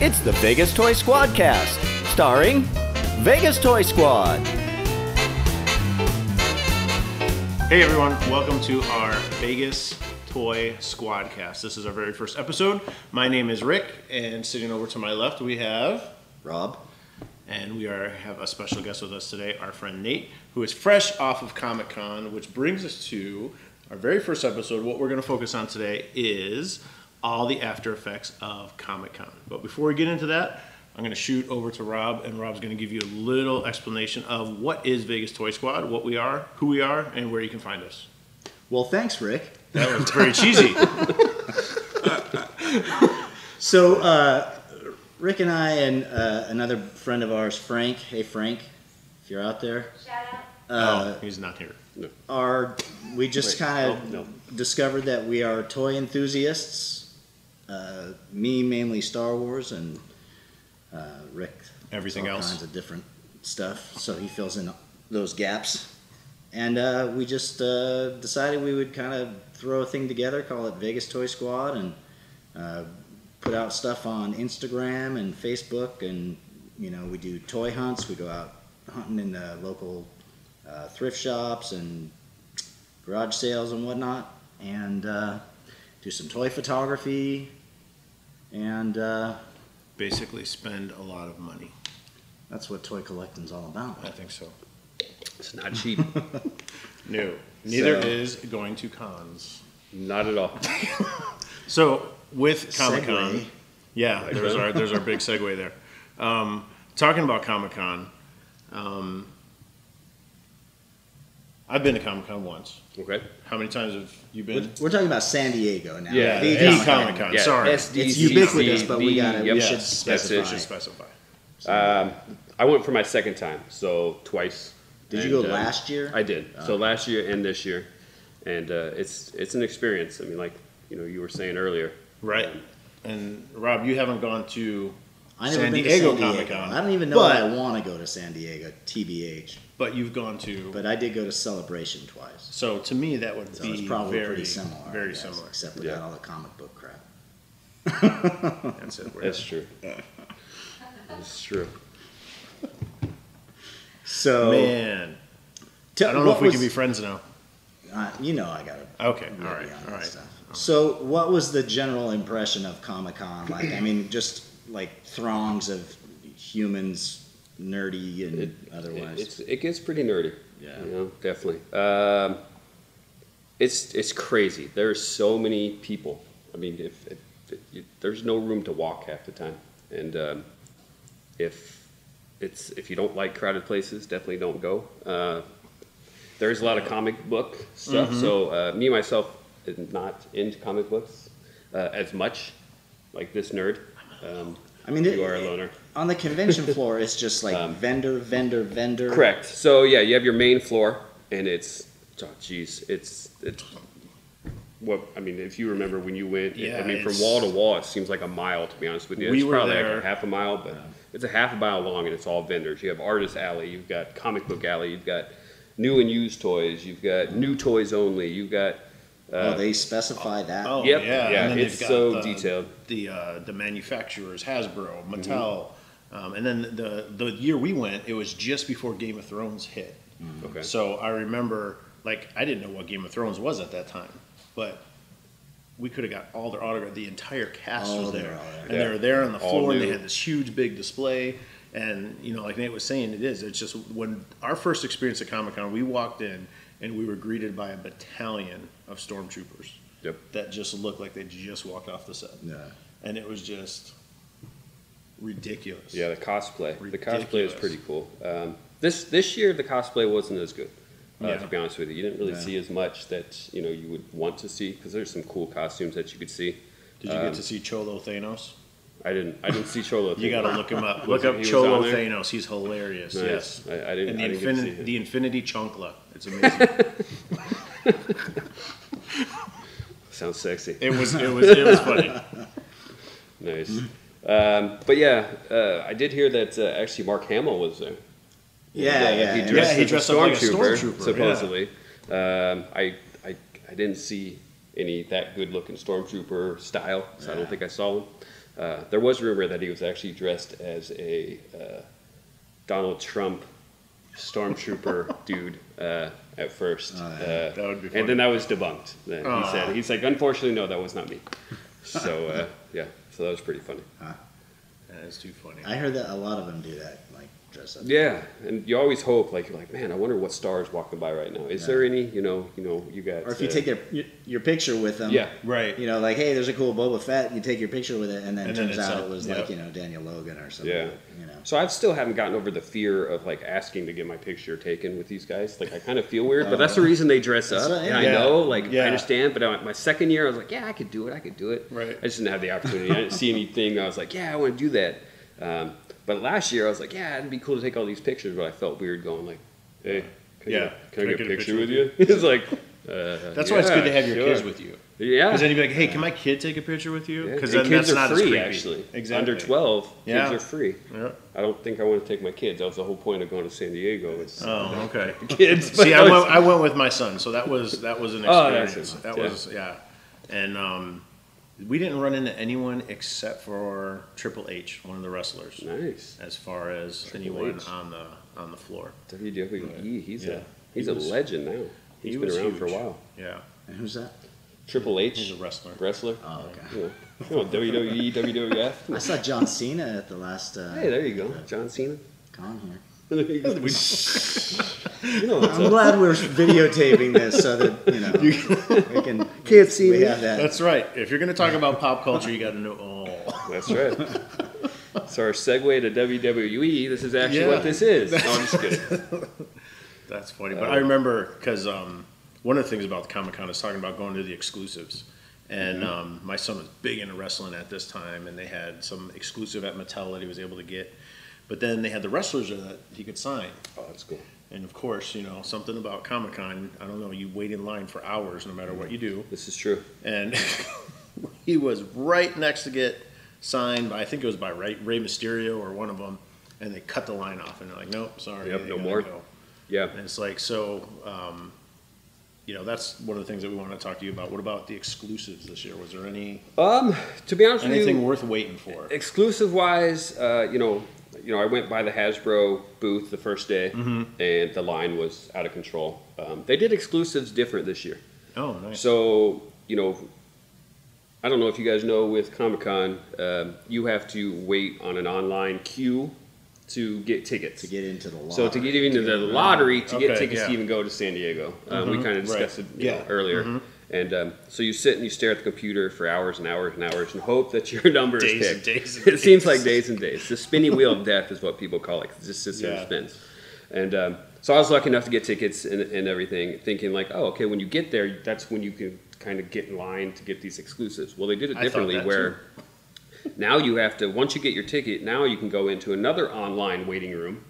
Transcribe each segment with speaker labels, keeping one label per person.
Speaker 1: It's the Vegas Toy Squad cast, starring Vegas Toy Squad.
Speaker 2: Hey everyone, welcome to our Vegas Toy Squadcast. This is our very first episode. My name is Rick, and sitting over to my left we have
Speaker 1: Rob,
Speaker 2: and we are have a special guest with us today, our friend Nate, who is fresh off of Comic Con, which brings us to our very first episode. What we're going to focus on today is all the after effects of Comic Con. But before we get into that, I'm going to shoot over to Rob, and Rob's going to give you a little explanation of what is Vegas Toy Squad, what we are, who we are, and where you can find us.
Speaker 3: Well, thanks, Rick.
Speaker 2: That was very cheesy.
Speaker 3: So, uh, Rick and I and uh, another friend of ours, Frank. Hey, Frank, if you're out there,
Speaker 4: Shout out.
Speaker 2: oh, he's not here.
Speaker 3: are we just kind of
Speaker 1: Oh, no.
Speaker 3: discovered that we are toy enthusiasts? Uh, me mainly Star Wars, and uh, Rick
Speaker 2: Everything
Speaker 3: all
Speaker 2: else.
Speaker 3: kinds of different stuff. So he fills in those gaps, and uh, we just uh, decided we would kind of throw a thing together, call it Vegas Toy Squad, and uh, put out stuff on Instagram and Facebook, and you know we do toy hunts. We go out hunting in the local uh, thrift shops and garage sales and whatnot, and uh, do some toy photography, and uh,
Speaker 2: Basically, spend a lot of money.
Speaker 3: that's what toy collecting's all about.
Speaker 2: I think so.
Speaker 5: It's not cheap.
Speaker 2: No, neither
Speaker 3: So-
Speaker 2: is going to cons.
Speaker 5: not at all.
Speaker 2: So with Comic Con,
Speaker 3: Segue.
Speaker 2: yeah, there's our there's our big segue there. Um, talking about Comic Con, um, I've been to Comic Con once.
Speaker 5: Okay.
Speaker 2: How many times have you been?
Speaker 3: We're, we're talking about San Diego now.
Speaker 5: Yeah,
Speaker 3: The
Speaker 5: the
Speaker 2: The Comic
Speaker 3: Comic-Con.
Speaker 2: Con. Sorry,
Speaker 3: It's ubiquitous, but we gotta- we
Speaker 5: Yep.
Speaker 3: should
Speaker 5: That's
Speaker 2: I
Speaker 5: it.
Speaker 3: specify.
Speaker 2: should specify.
Speaker 5: I went for my second time, so twice.
Speaker 3: Did you go
Speaker 5: uh,
Speaker 3: last year?
Speaker 5: I did. so last year and this year, and uh, it's it's an experience. I mean, like you know, you were saying earlier. Um,
Speaker 2: Right. And Rob, you haven't gone to
Speaker 3: I
Speaker 2: San
Speaker 3: been to
Speaker 2: Diego
Speaker 3: San
Speaker 2: Comic Con.
Speaker 3: I don't even know
Speaker 2: But-
Speaker 3: that I want to go to San Diego, TBH.
Speaker 2: but you've gone to.
Speaker 3: But I did go to Celebration twice,
Speaker 2: so to me, that would
Speaker 3: so
Speaker 2: be
Speaker 3: it's probably
Speaker 2: very
Speaker 3: pretty similar. I
Speaker 2: Very
Speaker 3: guess,
Speaker 2: similar.
Speaker 3: except we
Speaker 5: Yeah.
Speaker 3: got all the comic book crap.
Speaker 2: That's it. We're
Speaker 5: That's true. That's true.
Speaker 3: So
Speaker 2: Man,
Speaker 3: t-
Speaker 2: I don't know
Speaker 3: what
Speaker 2: if we can
Speaker 3: was-
Speaker 2: be friends now.
Speaker 3: Uh, you know, I gotta
Speaker 2: Okay,
Speaker 3: really
Speaker 2: all right,
Speaker 3: be on
Speaker 2: all
Speaker 3: that
Speaker 2: right.
Speaker 3: stuff. So, what was the general impression of Comic Con? Like, I mean, just like throngs of humans, nerdy and otherwise.
Speaker 5: It, it's, it gets pretty nerdy.
Speaker 3: Yeah.
Speaker 5: You know, definitely. Um, it's it's crazy. There's so many people. I mean, if, if, if you, there's no room to walk half the time, and um, if it's if you don't like crowded places, definitely don't go. Uh, there's a lot of comic book stuff. So uh, me myself am not into comic books uh, as much. Like this nerd. Um,
Speaker 3: I mean, it-
Speaker 5: you are a loner. Um,
Speaker 3: on the convention floor, it's just like vendor, vendor, vendor.
Speaker 5: Correct. So yeah, you have your main floor, and it's oh geez, it's it's what I mean. If you remember when you went,
Speaker 2: Yeah,
Speaker 5: I mean from
Speaker 2: it's-
Speaker 5: wall to wall, it seems like a mile. To be honest with you,
Speaker 2: We
Speaker 5: it's
Speaker 2: were
Speaker 5: probably
Speaker 2: there.
Speaker 5: like a half a mile, but it's a half a mile long, and it's all vendors. You have artist alley, you've got comic book alley, you've got new and used toys, you've got new toys only, you've got Uh,
Speaker 3: Oh, they specify that.
Speaker 2: Oh
Speaker 5: Yep,
Speaker 2: yeah,
Speaker 5: yeah,
Speaker 2: and then
Speaker 5: it's
Speaker 2: they've got
Speaker 5: so
Speaker 2: the,
Speaker 5: detailed.
Speaker 2: The uh, the manufacturers, Hasbro,
Speaker 3: Mm-hmm.
Speaker 2: Mattel, um, and then the the year we went, it was just before Game of Thrones hit.
Speaker 5: okay.
Speaker 2: So I remember, like, I didn't know what Game of Thrones was at that time, but we could have got all their autograph. The entire cast
Speaker 3: Oh,
Speaker 2: was
Speaker 3: they
Speaker 2: there,
Speaker 3: were all there.
Speaker 2: and
Speaker 5: Yeah.
Speaker 2: they were there on the
Speaker 5: All
Speaker 2: floor. and They
Speaker 5: new.
Speaker 2: had this huge big display, and you know, like Nate was saying, it is. It's just when our first experience at Comic Con, we walked in and we were greeted by a battalion of stormtroopers
Speaker 5: Yep.
Speaker 2: that just looked like they just walked off the set,
Speaker 3: Yeah.
Speaker 2: and it was just ridiculous.
Speaker 5: Yeah, the cosplay. The cosplay
Speaker 2: Ridiculous.
Speaker 5: was pretty cool. Um, this this year the cosplay wasn't as good. Uh,
Speaker 2: Yeah.
Speaker 5: To be honest with you, you didn't really
Speaker 3: Yeah.
Speaker 5: see as much that you know you would want to see because there's some cool costumes that you could see.
Speaker 2: Did you get
Speaker 5: Um,
Speaker 2: to see Cholo Thanos?
Speaker 5: I didn't. I didn't see Cholo.
Speaker 2: You got to look him up.
Speaker 5: Was
Speaker 2: look
Speaker 5: it-
Speaker 2: up
Speaker 5: he was
Speaker 2: Cholo
Speaker 5: on there?
Speaker 2: Thanos. He's hilarious.
Speaker 5: Nice.
Speaker 2: Yes.
Speaker 5: I- I didn't-
Speaker 2: And the,
Speaker 5: I didn't get to see
Speaker 2: infin-
Speaker 5: him.
Speaker 2: the Infinity Chunkla. It's amazing.
Speaker 5: Sounds sexy.
Speaker 2: it was. It was. It was funny.
Speaker 5: Nice.
Speaker 2: Mm-hmm.
Speaker 5: Um, but yeah, uh, I did hear that uh, actually Mark Hamill was there.
Speaker 3: Yeah, yeah.
Speaker 5: He
Speaker 3: yeah.
Speaker 5: dressed,
Speaker 2: Yeah, he
Speaker 5: as a
Speaker 2: dressed up like a
Speaker 5: stormtrooper,
Speaker 2: stormtrooper,
Speaker 5: supposedly. Um, I, I, I didn't see any that good looking stormtrooper style, so I don't think I saw one. Uh, there was rumor that he was actually dressed as a uh, Donald Trump stormtrooper dude uh, at first.
Speaker 3: Oh,
Speaker 5: uh,
Speaker 2: That would be
Speaker 5: and
Speaker 2: funny. Ah.
Speaker 5: then that was debunked. Then he said, he's like, unfortunately, no, that was not me. So, uh, yeah, so that was pretty funny.
Speaker 2: That is too funny.
Speaker 3: I heard that a lot of them do that, like dress up.
Speaker 5: Yeah, and you always hope, like, you're like, man, I wonder what star is walking by right now. Is there any, you know, you know, you got.
Speaker 3: Or if you
Speaker 5: uh,
Speaker 3: take their, your, your picture with them,
Speaker 5: Yeah.
Speaker 2: right.
Speaker 3: You know, like hey, there's a cool Boba Fett. and You take your picture with it, and then
Speaker 2: And
Speaker 3: it
Speaker 2: then
Speaker 3: turns
Speaker 2: it's
Speaker 3: out
Speaker 2: up,
Speaker 3: it was
Speaker 2: yeah.
Speaker 3: like you know Daniel Logan or something.
Speaker 5: Yeah.
Speaker 3: You know.
Speaker 5: So I still haven't gotten over the fear of like asking to get my picture taken with these guys. Like I kind of feel weird, but that's the reason they dress
Speaker 3: That's
Speaker 5: up.
Speaker 3: right,
Speaker 5: And I
Speaker 2: yeah.
Speaker 5: know, like
Speaker 2: Yeah.
Speaker 5: I understand. But I, my second year, I was like, yeah, I could do it. I could do it.
Speaker 2: Right.
Speaker 5: I just didn't have the opportunity. I didn't see anything. that I was like, yeah, I want to do that. Um, but last year, I was like, yeah, it'd be cool to take all these pictures. But I felt weird going like, hey, can,
Speaker 2: Yeah.
Speaker 5: I, get- can I get a picture with you? it's like uh,
Speaker 2: That's why it's good to have your
Speaker 5: sure.
Speaker 2: kids with you.
Speaker 5: Yeah.
Speaker 2: Because then you'd be like, hey, can my kid take a picture with you?
Speaker 5: Yeah.
Speaker 2: Because
Speaker 5: And
Speaker 2: then
Speaker 5: kids
Speaker 2: that's
Speaker 5: are
Speaker 2: not as
Speaker 5: free,
Speaker 2: creepy.
Speaker 5: actually.
Speaker 2: Exactly.
Speaker 5: Under 12,
Speaker 2: Yeah.
Speaker 5: kids are free.
Speaker 2: Yeah.
Speaker 5: I don't think I want to take my kids. That was the whole point of going to San Diego. It's
Speaker 2: Oh, okay.
Speaker 5: kids.
Speaker 2: See, I
Speaker 5: But
Speaker 2: went, I went with my son, so that was that was an
Speaker 5: Oh, that's
Speaker 2: experience.
Speaker 5: it.
Speaker 2: that
Speaker 5: Yeah.
Speaker 2: was yeah, and um, we didn't run into anyone except for Triple H, one of the wrestlers,
Speaker 5: nice.
Speaker 2: as far as
Speaker 5: Triple
Speaker 2: anyone
Speaker 5: H.
Speaker 2: on the on the floor.
Speaker 5: WWE. E, He's
Speaker 2: Yeah.
Speaker 5: a he's
Speaker 2: He
Speaker 5: a
Speaker 2: was-
Speaker 5: legend now.
Speaker 2: he
Speaker 5: He's been
Speaker 2: was
Speaker 5: around for a
Speaker 2: huge.
Speaker 5: while.
Speaker 2: Yeah,
Speaker 3: And who's that?
Speaker 5: Triple
Speaker 2: he's a
Speaker 5: H
Speaker 2: wrestler.
Speaker 5: wrestler.
Speaker 3: Oh, okay.
Speaker 5: Yeah. Come on, E, WWE, WWF.
Speaker 3: I saw John Cena at the last uh,
Speaker 5: Hey, there you go, John Cena.
Speaker 3: con here.
Speaker 5: There you go. You know what's
Speaker 3: I'm
Speaker 5: up.
Speaker 3: glad we're videotaping this so that you know we can can't see we
Speaker 5: me.
Speaker 3: have that.
Speaker 2: That's right. If you're gonna talk about pop culture, you got to know oh, all.
Speaker 5: That's right. So our segue to WWE. This is actually
Speaker 2: Yeah.
Speaker 5: what this is. No, I'm just kidding.
Speaker 2: That's funny. But I remember because um, one of the things about Comic Con is talking about going to the exclusives. And um, my son was big into wrestling at this time, and they had some exclusive at Mattel that he was able to get. But then they had the wrestlers that he could sign.
Speaker 5: Oh, that's cool.
Speaker 2: And of course, you know, something about Comic Con, I don't know, you wait in line for hours no matter what you do.
Speaker 5: This is true.
Speaker 2: And he was right next to get signed by, I think it was by Ray, Ray Mysterio or one of them. And they cut the line off, and they're like, nope, sorry.
Speaker 5: Yep,
Speaker 2: you
Speaker 5: no
Speaker 2: gotta
Speaker 5: more.
Speaker 2: go.
Speaker 5: Yeah.
Speaker 2: And it's like, so, um, you know, that's one of the things that we want to talk to you about. What about the exclusives this year? Was there any
Speaker 5: Um, to be honest with you,
Speaker 2: anything worth waiting for?
Speaker 5: exclusive wise, uh, you know, you know, I went by the Hasbro booth the first day, and the line was out of control. Um, they did exclusives different this year,
Speaker 2: Oh, nice.
Speaker 5: so you know, I don't know if you guys know with Comic Con, um, you have to wait on an online queue to get tickets.
Speaker 3: to get into the law.
Speaker 5: so to get even to the lottery to get
Speaker 2: Okay,
Speaker 5: tickets to
Speaker 2: yeah. Mm-hmm.
Speaker 5: even go to San Diego, uh, we kind of discussed
Speaker 2: right.
Speaker 5: it you know,
Speaker 2: Yeah. Mm-hmm.
Speaker 5: earlier. And um, so you sit and you stare at the computer for hours and hours and hours and hope that your number
Speaker 2: Days
Speaker 5: is
Speaker 2: and
Speaker 5: picked.
Speaker 2: days and
Speaker 5: it seems
Speaker 2: days.
Speaker 5: like days and days. The spinning wheel of death is what people call it. 'cause It just sits there
Speaker 2: Yeah.
Speaker 5: and spins. And um, so I was lucky enough to get tickets and, and everything, thinking like, oh, okay, when you get there, that's when you can kind of get in line to get these exclusives. Well, they did it
Speaker 2: I thought
Speaker 5: differently
Speaker 2: that
Speaker 5: where. Now you have to, once you get your ticket, now you can go into another online waiting room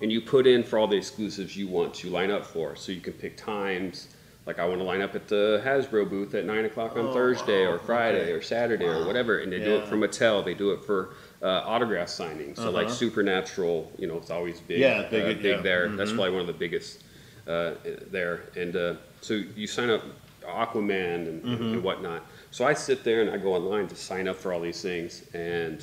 Speaker 5: and you put in for all the exclusives you want to line up for. So you can pick times. Like I want to line up at the Hasbro booth at nine o'clock
Speaker 2: Oh,
Speaker 5: on Thursday or Friday or Saturday or whatever, and they do it
Speaker 2: Yeah.
Speaker 5: for Mattel. They do it for uh, autograph signing. So like Supernatural, you know, it's always big.
Speaker 2: Uh-huh. Yeah, big-
Speaker 5: uh,
Speaker 2: yeah. Mm-hmm.
Speaker 5: there. That's probably one of the biggest uh, there. And uh, so you sign up Aquaman and,
Speaker 2: Mm-hmm.
Speaker 5: and whatnot. So I sit there and I go online to sign up for all these things. And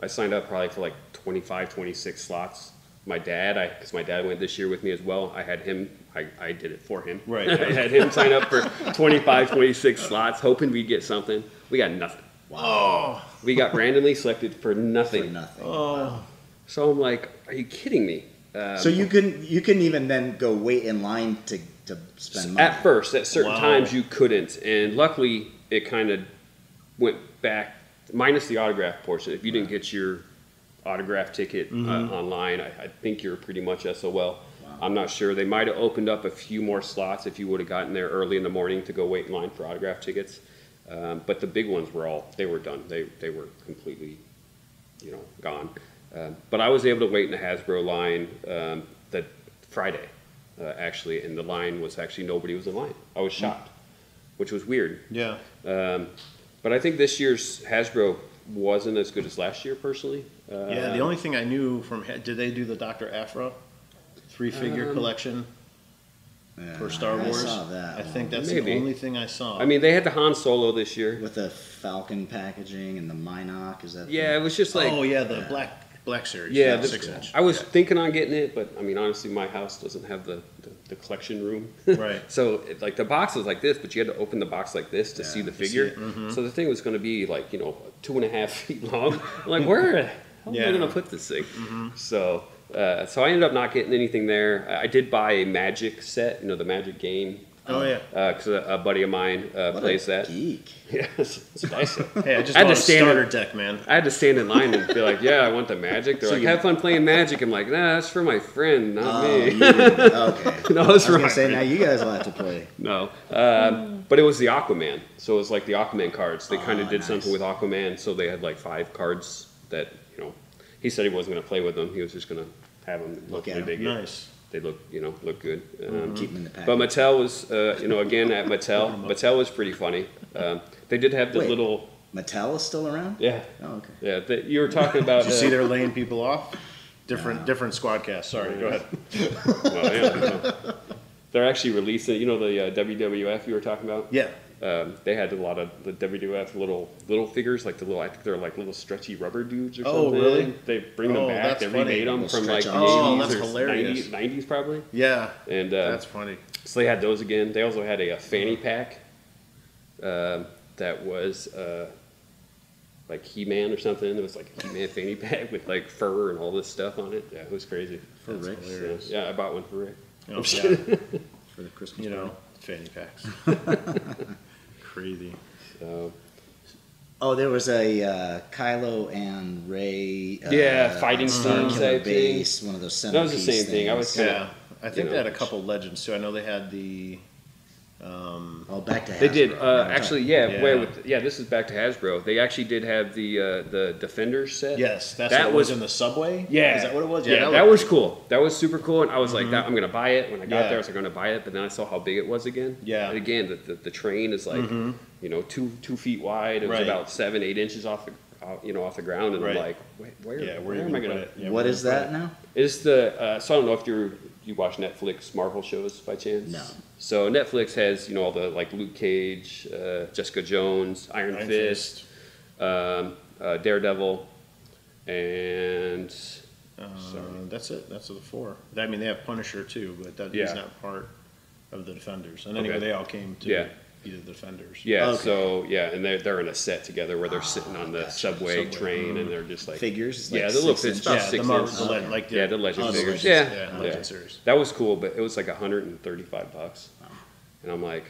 Speaker 5: I signed up probably for like 25, 26 slots. My dad, I because my dad went this year with me as well. I had him, I, I did it for him.
Speaker 2: Right.
Speaker 5: I had him sign up for 25, 26 slots, hoping we'd get something. We got nothing.
Speaker 2: oh,
Speaker 5: We got randomly selected for
Speaker 3: for
Speaker 5: nothing.
Speaker 3: nothing.
Speaker 2: oh,
Speaker 5: So I'm like, are you kidding me? Um,
Speaker 3: so you couldn't you couldn't even then go wait in line to to spend money.
Speaker 5: At first, at certain
Speaker 2: Wow.
Speaker 5: times, you couldn't, and luckily, it kind of went back minus the autograph portion. If you didn't get your autograph ticket uh, online, I, I think you're pretty much SOL. I'm not sure. They might have opened up a few more slots if you would have gotten there early in the morning to go wait in line for autograph tickets. Um, but the big ones were all they were done. They they were completely, you know, gone. Um, but I was able to wait in the Hasbro line um, that Friday, uh, actually, and the line was actually nobody was in line. I
Speaker 2: Hmm.
Speaker 5: was shocked, which was weird.
Speaker 2: yeah.
Speaker 5: Um, but I think this year's Hasbro wasn't as good as last year, personally. Uh,
Speaker 2: Yeah, the only thing I knew from, did they do the Dr. Afra three figure collection?
Speaker 3: Yeah,
Speaker 2: for Star
Speaker 3: Um, I
Speaker 2: Wars.
Speaker 3: saw that
Speaker 2: I think
Speaker 5: one.
Speaker 2: that's
Speaker 5: Maybe.
Speaker 2: the only thing I saw.
Speaker 5: I mean, they had the Han Solo this year.
Speaker 3: with the Falcon packaging and the Minoc. Is that the-
Speaker 5: Yeah, it was just like
Speaker 2: oh yeah, the black black series.
Speaker 5: Yeah,
Speaker 2: the
Speaker 5: this-
Speaker 2: six inch.
Speaker 5: I was thinking on getting it, but I mean, honestly, my house doesn't have the, the, the collection room.
Speaker 2: Right.
Speaker 5: So, it, like, the box was like this, but you had to open the box like this to see the
Speaker 3: to see Mm-hmm.
Speaker 5: figure. So the thing was going to be like, you know, two and a half feet long. I'm like, where the hell am
Speaker 2: Yeah.
Speaker 5: I going to put this thing?
Speaker 3: Mm-hmm.
Speaker 5: So, uh, so I ended up not getting anything there. I, I did buy a Magic set, you know, the Magic game.
Speaker 2: Oh yeah.
Speaker 5: Because a, a buddy of mine uh,
Speaker 3: What a
Speaker 5: plays that.
Speaker 3: geek.
Speaker 5: Yeah, it's, it's nice.
Speaker 2: Hey, I just
Speaker 5: I
Speaker 2: bought a
Speaker 5: understand
Speaker 2: starter
Speaker 5: it.
Speaker 2: deck, man.
Speaker 5: I had to stand in line and be like, "Yeah, I want the magic." They're
Speaker 3: So
Speaker 5: like,
Speaker 3: you-
Speaker 5: "Have fun playing magic." I'm like, "Nah, that's for my friend, not
Speaker 3: Oh,
Speaker 5: me."
Speaker 3: you, okay.
Speaker 5: no,
Speaker 3: I was
Speaker 5: that's
Speaker 3: gonna
Speaker 5: right.
Speaker 3: say now you guys will have to play.
Speaker 5: No, Um but it was the Aquaman, so it was like the Aquaman cards. They kind
Speaker 3: Ah,
Speaker 5: of did
Speaker 3: nice.
Speaker 5: something with Aquaman, so they had like five cards that you know. He said he wasn't going to play with them. He was just going to have them
Speaker 3: Look at Mm-hmm.
Speaker 5: really
Speaker 3: 'em.
Speaker 5: big.
Speaker 2: Nice.
Speaker 5: They look, you know, look good. Um,
Speaker 3: Keep them in the package.
Speaker 5: But Mattel was, uh, you know, again at Mattel. Mattel was pretty funny. Um, they did have the
Speaker 3: Wait.
Speaker 5: little,
Speaker 3: Mattel is still around.
Speaker 5: yeah,
Speaker 3: Oh, okay.
Speaker 5: yeah. That you were talking about.
Speaker 2: Did you
Speaker 5: uh,
Speaker 2: see they're laying people off? Different different squad cast. Sorry, go ahead.
Speaker 5: Well, yeah, no. They're actually releasing, you know, the uh, WWF you were talking about.
Speaker 2: Yeah.
Speaker 5: Um, they had a lot of the WWF little little figures, like the little. I think they're like little stretchy rubber dudes or
Speaker 2: Oh,
Speaker 5: something.
Speaker 2: really?
Speaker 5: They bring them
Speaker 2: Oh,
Speaker 5: back.
Speaker 2: that's
Speaker 5: They
Speaker 2: funny.
Speaker 5: remade them
Speaker 3: Little
Speaker 5: from like
Speaker 3: stretch
Speaker 5: the
Speaker 3: arms.
Speaker 2: Oh,
Speaker 5: 80s
Speaker 2: that's
Speaker 5: or
Speaker 2: hilarious.
Speaker 5: 90s, 90s probably.
Speaker 2: Yeah.
Speaker 5: And uh,
Speaker 2: That's funny.
Speaker 5: so they had those again. They also had a, uh fanny pack um that was uh, like He-Man or something. It was like a He-Man fanny pack with like fur and all this stuff on it. Yeah, it was crazy.
Speaker 3: For
Speaker 2: That's
Speaker 3: Rick,
Speaker 5: So,
Speaker 2: hilarious.
Speaker 5: yeah, I bought one for Rick.
Speaker 2: Oh, yeah.
Speaker 3: for the Christmas.
Speaker 2: You know,
Speaker 3: party.
Speaker 2: fanny packs. Crazy.
Speaker 5: So
Speaker 3: Oh, there was a uh, Kylo and Ray. Uh,
Speaker 5: Yeah, fighting
Speaker 3: Star
Speaker 5: scenes,
Speaker 3: Killer
Speaker 5: I think.
Speaker 3: Base. One of those.
Speaker 5: That was the
Speaker 3: centerpiece
Speaker 5: same thing. I was
Speaker 3: things.
Speaker 5: kinda-
Speaker 2: Yeah. I think
Speaker 5: know,
Speaker 2: they had a couple legends too. I know they had the
Speaker 3: Oh, back to
Speaker 5: They
Speaker 3: Hasbro.
Speaker 5: did
Speaker 3: Now
Speaker 5: uh,
Speaker 3: I'm
Speaker 5: actually,
Speaker 3: talking-
Speaker 5: yeah,
Speaker 2: Yeah.
Speaker 5: Where with, yeah. This is back to Hasbro. They actually did have the uh, the Defenders set.
Speaker 2: Yes, that's
Speaker 5: That
Speaker 2: what it was,
Speaker 5: was-
Speaker 2: in the subway?
Speaker 5: yeah.
Speaker 2: Is that what it was?
Speaker 5: Yeah, that,
Speaker 2: looked-
Speaker 5: was cool. That was super cool, and I was like, that, I'm gonna buy it. When I got
Speaker 2: Yeah.
Speaker 5: there, I was like, I'm gonna buy it, but then I saw how big it was again.
Speaker 2: Yeah. Mm-hmm.
Speaker 5: And again, the, the, the train is like, you know, two two feet wide. It was
Speaker 2: Right.
Speaker 5: about seven eight inches off the out- you know off the ground, and
Speaker 2: Right.
Speaker 5: I'm like, wait, where,
Speaker 2: Yeah,
Speaker 5: where,
Speaker 2: where, are
Speaker 5: am
Speaker 2: gonna
Speaker 5: I gonna?
Speaker 2: put it? Yeah,
Speaker 3: what
Speaker 2: where
Speaker 3: is
Speaker 2: you gonna
Speaker 3: that now?
Speaker 5: Is the uh, so I don't know if you you watch Netflix Marvel shows by chance?
Speaker 3: No.
Speaker 5: So Netflix has you know all the like Luke Cage, uh, Jessica Jones, Iron,
Speaker 2: put it? Iron
Speaker 5: Fist,
Speaker 2: Fist.
Speaker 5: um, uh, Daredevil, and
Speaker 2: Uh, that's it. That's the four. I mean, they have Punisher too, but that,
Speaker 5: Yeah.
Speaker 2: he's not part of the Defenders. And anyway,
Speaker 5: Okay.
Speaker 2: they all came to
Speaker 5: Yeah.
Speaker 2: be the Defenders.
Speaker 5: yeah,
Speaker 3: Okay.
Speaker 5: so yeah, and they're they're in a set together where they're sitting on the subway,
Speaker 2: Subway.
Speaker 5: train, and they're just like
Speaker 3: Figures, it's
Speaker 5: yeah,
Speaker 3: like
Speaker 5: the little fits
Speaker 3: six inch.
Speaker 5: about
Speaker 2: Yeah, the
Speaker 5: six
Speaker 2: Marvel,
Speaker 5: inches.
Speaker 2: the le- like the,
Speaker 5: yeah, the legend
Speaker 3: Oh, the
Speaker 5: figures.
Speaker 3: legends.
Speaker 5: Yeah,
Speaker 2: Yeah,
Speaker 5: yeah.
Speaker 2: legend series.
Speaker 5: That was cool, but it was like 135 bucks, and I'm like.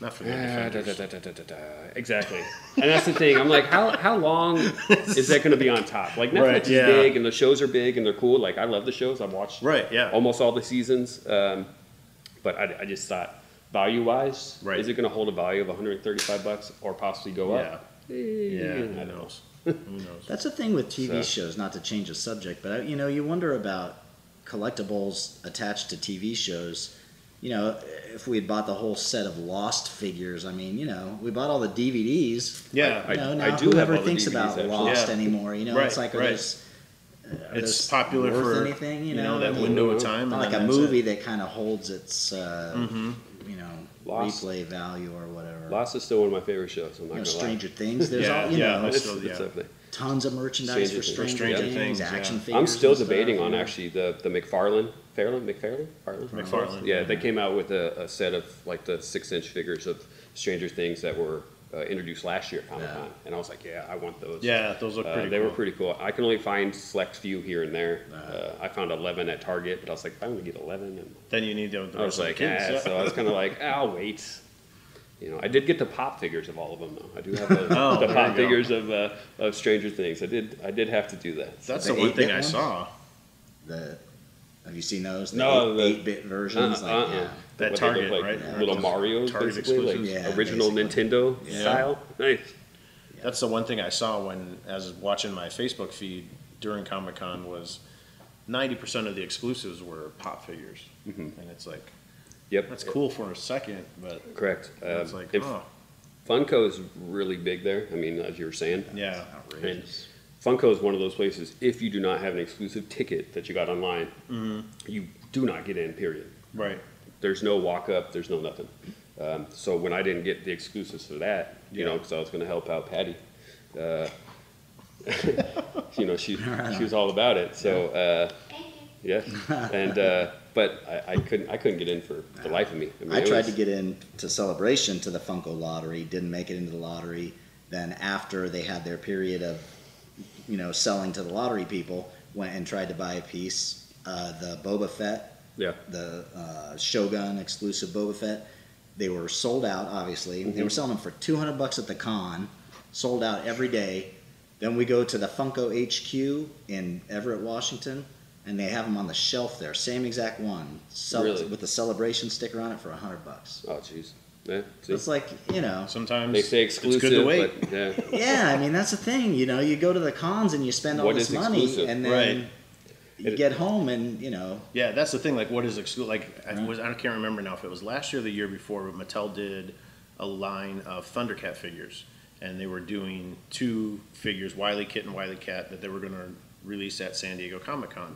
Speaker 2: Not for the
Speaker 5: Ah, da,
Speaker 2: Defenders.
Speaker 5: da, da, da, da, da, da. Exactly. And that's the thing. I'm like, how, how long is that going to be on top? Like, Netflix
Speaker 2: Right,
Speaker 5: is
Speaker 2: yeah.
Speaker 5: big and the shows are big and they're cool. Like, I love the shows. I've watched
Speaker 2: Right, yeah.
Speaker 5: almost all the seasons. Um, but I, I just thought, value wise,
Speaker 2: Right.
Speaker 5: is it going to hold a value of 135 bucks or possibly go
Speaker 2: Yeah.
Speaker 5: up?
Speaker 2: Yeah,
Speaker 5: Eh,
Speaker 2: who knows? Who knows?
Speaker 3: That's the thing with TV
Speaker 5: So-
Speaker 3: shows. Not to change the subject, but I, you know, you wonder about collectibles attached to TV shows. You know, if we had bought the whole set of Lost figures, I mean, you know, we bought all the DVDs.
Speaker 2: Yeah,
Speaker 5: I-
Speaker 3: you know,
Speaker 5: I
Speaker 3: now
Speaker 5: do have
Speaker 3: whoever
Speaker 5: all the
Speaker 3: thinks
Speaker 5: DVDs,
Speaker 3: about
Speaker 5: actually.
Speaker 3: Lost
Speaker 2: Yeah.
Speaker 3: anymore, you know,
Speaker 2: Right,
Speaker 3: it's like are
Speaker 2: right.
Speaker 3: those, uh, are
Speaker 2: it's
Speaker 3: those
Speaker 2: popular
Speaker 3: worth
Speaker 2: for
Speaker 3: anything, you
Speaker 2: you know,
Speaker 3: know, I
Speaker 2: that
Speaker 3: mean,
Speaker 2: window of time. and
Speaker 3: not like a
Speaker 2: then that's it. Mm-hmm.
Speaker 3: movie that kind of holds its, uh, you know,
Speaker 5: Lost.
Speaker 3: replay value or whatever.
Speaker 5: Lost is still one of my favorite shows. I'm not
Speaker 3: you
Speaker 5: going
Speaker 3: know,
Speaker 5: to lie.
Speaker 3: Stranger Things. There's
Speaker 2: Yeah,
Speaker 3: all you
Speaker 2: yeah,
Speaker 3: know,
Speaker 2: that's-
Speaker 5: It's-
Speaker 2: Still,
Speaker 5: it's
Speaker 2: yeah.
Speaker 5: up there.
Speaker 3: tons of merchandise
Speaker 5: Stranger
Speaker 3: for
Speaker 5: Things.
Speaker 3: Stranger,
Speaker 2: Stranger
Speaker 3: Things,
Speaker 2: Things, yeah.
Speaker 3: action
Speaker 2: I'm
Speaker 3: figures.
Speaker 5: I'm still
Speaker 3: and stuff,
Speaker 5: debating
Speaker 3: you
Speaker 5: on
Speaker 3: know.
Speaker 5: actually the, the McFarlane. Fairland? McFarlane? Farland?
Speaker 2: McFarlane.
Speaker 5: Yeah, they came out with a, a set of like the six inch figures of Stranger Things that were uh, introduced last year at Comic Con, and I was like, yeah, I want those.
Speaker 2: Yeah, those look
Speaker 5: Uh,
Speaker 2: pretty.
Speaker 5: they
Speaker 2: cool.
Speaker 5: were pretty cool. I can only find select few here and there. Uh, I found 11 at Target, but I was like, I'm going to get 11. And
Speaker 2: Then you need them. with The
Speaker 5: I was like,
Speaker 2: kids,
Speaker 5: ah,
Speaker 2: yeah.
Speaker 5: so I was kind of like, ah, I'll wait. You know, I did get the pop figures of all of them though. I do have the,
Speaker 2: Oh, there
Speaker 5: the
Speaker 2: you
Speaker 5: pop
Speaker 2: go.
Speaker 5: figures of uh, of Stranger Things. I did I did have to do that.
Speaker 2: that's
Speaker 3: The
Speaker 2: the one
Speaker 3: eight-bit
Speaker 2: thing I
Speaker 3: ones?
Speaker 2: saw.
Speaker 3: The have you seen those? The
Speaker 5: No,
Speaker 3: eight,
Speaker 5: the-
Speaker 3: bit
Speaker 5: Uh-uh,
Speaker 3: versions, like
Speaker 5: uh-uh.
Speaker 3: yeah.
Speaker 2: That
Speaker 5: What they look
Speaker 2: Target,
Speaker 5: like,
Speaker 2: right? Yeah.
Speaker 5: Little
Speaker 2: Those
Speaker 5: Mario,
Speaker 2: Target
Speaker 5: basically, like
Speaker 2: exclusives.
Speaker 3: Yeah,
Speaker 5: original
Speaker 3: basically.
Speaker 5: Nintendo
Speaker 2: Yeah.
Speaker 5: style. Nice.
Speaker 2: That's the one thing I saw when I was watching my Facebook feed during Comic Con was ninety percent of the exclusives were pop figures,
Speaker 5: Mm-hmm.
Speaker 2: and it's like
Speaker 5: Yep.
Speaker 2: that's cool for a second, but
Speaker 5: Correct.
Speaker 2: it's
Speaker 5: Um,
Speaker 2: like
Speaker 5: if-
Speaker 2: oh
Speaker 5: Funko is really big there. I mean, as you were saying,
Speaker 2: yeah,
Speaker 3: outrageous.
Speaker 5: Funko is one of those places. If you do
Speaker 2: Mm-hmm.
Speaker 5: not have an exclusive ticket that you got online, you do not get in. Period.
Speaker 2: right.
Speaker 5: there's no walk up, there's no nothing. Um, so when I didn't get the excuses for that, you know, 'cause know, because I was going to help out Patty, uh, you know, she she was all about it. So uh, yeah, and uh, but I, I couldn't I couldn't get in for the life of me. mean,
Speaker 3: I
Speaker 5: it
Speaker 3: tried
Speaker 5: was-
Speaker 3: to get in to celebration to the Funko lottery, didn't make it into the lottery. Then after they had their period of, you know, selling to the lottery people, went and tried to buy a piece. Uh, the Boba Fett,
Speaker 5: Yeah,
Speaker 3: the uh, Shogun exclusive Boba Fett, they were sold out. Obviously,
Speaker 5: Mm-hmm.
Speaker 3: they were selling them for two hundred bucks at the con, sold out every day. Then we go to the Funko HQ in Everett, Washington, and they have them on the shelf there, same exact one, cel-
Speaker 5: Really?
Speaker 3: with the celebration sticker on it for hundred bucks.
Speaker 5: Oh, jeez. Yeah, see?
Speaker 3: It's like, you know,
Speaker 2: Sometimes
Speaker 5: they say exclusive,
Speaker 2: It's good to wait.
Speaker 5: but yeah,
Speaker 3: yeah, I mean, that's the thing. You know, you go to the cons and you spend all
Speaker 5: What
Speaker 3: this
Speaker 5: is
Speaker 3: money,
Speaker 5: exclusive?
Speaker 3: and then
Speaker 2: Right.
Speaker 3: you
Speaker 5: It-
Speaker 3: get home and, you know,
Speaker 2: Yeah, that's the thing. Like, what is exclu- like? I was I can't remember now if it was last year or the year before, but Mattel did a line of Thundercat figures, and they were doing two figures, Wily Kit and Wily Cat, that they were going to release at San Diego Comic Con,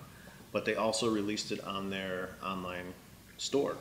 Speaker 2: but they also released it on their online store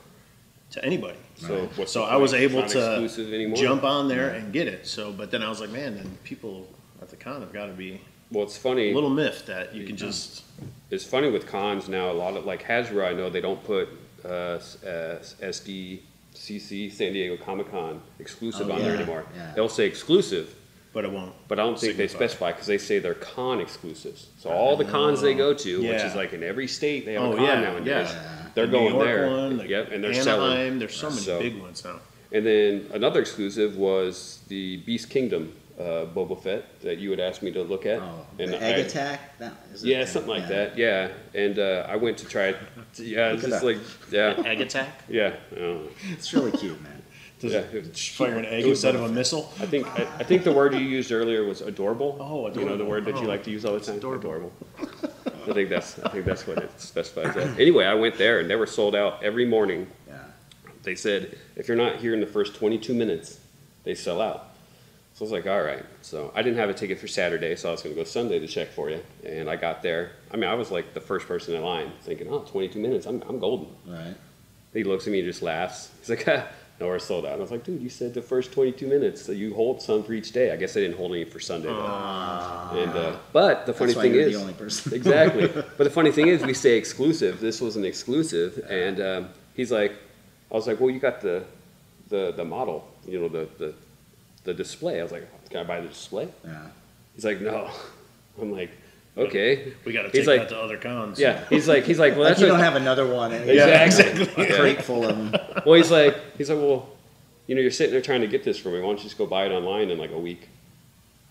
Speaker 2: to anybody.
Speaker 5: So what's
Speaker 2: so
Speaker 5: the
Speaker 2: I was
Speaker 5: point? It's
Speaker 2: able
Speaker 5: not
Speaker 2: to
Speaker 5: exclusive anymore.
Speaker 2: jump on there and get it. So, but then I was like, man, then people at the con have got to be
Speaker 5: well, it's funny.
Speaker 2: a little miffed that you can just
Speaker 5: it's funny with cons now. A lot of like Hasbro, I know they don't put uh, s- uh, SDCC San Diego Comic Con exclusive
Speaker 3: Oh,
Speaker 5: on there
Speaker 3: yeah,
Speaker 5: anymore.
Speaker 3: yeah.
Speaker 5: They'll say exclusive,
Speaker 2: but it won't.
Speaker 5: but I don't think they
Speaker 2: Signify.
Speaker 5: specify because they say they're con exclusives. So all the cons they
Speaker 3: Oh.
Speaker 5: go to, which
Speaker 2: Yeah.
Speaker 5: is like in every state they have
Speaker 2: Oh,
Speaker 5: a con
Speaker 2: yeah,
Speaker 3: uh,
Speaker 5: nowadays,
Speaker 2: yeah.
Speaker 5: they're
Speaker 2: The New
Speaker 5: going
Speaker 2: York
Speaker 5: there.
Speaker 2: One, the
Speaker 5: yep, and they're
Speaker 2: Anaheim,
Speaker 5: selling.
Speaker 2: There's so many
Speaker 5: So-
Speaker 2: big ones now.
Speaker 5: And then another exclusive was the Beast Kingdom uh, Boba Fett that you had asked me to look at.
Speaker 3: oh,
Speaker 5: and
Speaker 3: the
Speaker 5: I-
Speaker 3: egg attack. That, is it?
Speaker 5: Yeah, something like that. Yeah, and uh, I went to try it. Yeah, it's
Speaker 3: Look it
Speaker 5: just
Speaker 3: up.
Speaker 5: like yeah,
Speaker 2: Egg attack?
Speaker 5: yeah. I don't know.
Speaker 3: It's really cute, man.
Speaker 2: Does
Speaker 5: Yeah,
Speaker 2: it,
Speaker 5: it was-
Speaker 2: fire an egg
Speaker 5: it was
Speaker 2: instead of a missile?
Speaker 5: I think I, I think the word you used earlier was adorable.
Speaker 2: Oh,
Speaker 5: You know the
Speaker 2: adorable.
Speaker 5: word that you
Speaker 2: Oh,
Speaker 5: like to use all the time.
Speaker 2: adorable.
Speaker 5: I think that's I think that's what it specifies. At. Anyway, I went there and they were sold out every morning.
Speaker 3: Yeah.
Speaker 5: They said if you're not here in the first 22 minutes, they sell out. So I was like, all right. So I didn't have a ticket for Saturday, so I was going to go Sunday to check for you. And I got there. I mean, I was like the first person in line, thinking, oh, 22 minutes, I'm I'm golden.
Speaker 3: Right.
Speaker 5: He looks at me and just laughs. He's like, ah, no, we're sold out. And I was like, dude, you said the first 22 minutes that you hold some for each day. I guess I didn't hold any for Sunday. though. and, uh, but the funny
Speaker 3: Ah. That's why
Speaker 5: thing
Speaker 3: you're
Speaker 5: is,
Speaker 3: the only person.
Speaker 5: exactly. But the funny thing is, we say exclusive. This was an exclusive. And um, he's like, I was like, well, you got the, the, the model, you know, the, the, the display. I was like, can I buy the display?
Speaker 3: Yeah.
Speaker 5: He's like, no. I'm like, okay.
Speaker 2: We got to take
Speaker 5: He's like,
Speaker 2: that to other cons.
Speaker 5: yeah. He's like, he's like, well,
Speaker 3: Like
Speaker 5: that's
Speaker 3: you
Speaker 5: what-
Speaker 3: don't have another one. and-
Speaker 5: Yeah,
Speaker 3: A
Speaker 5: exactly.
Speaker 3: crate full of them.
Speaker 5: well, he's like, he's like, well, you know, you're sitting there trying to get this for me. Why don't you just go buy it online in like a week?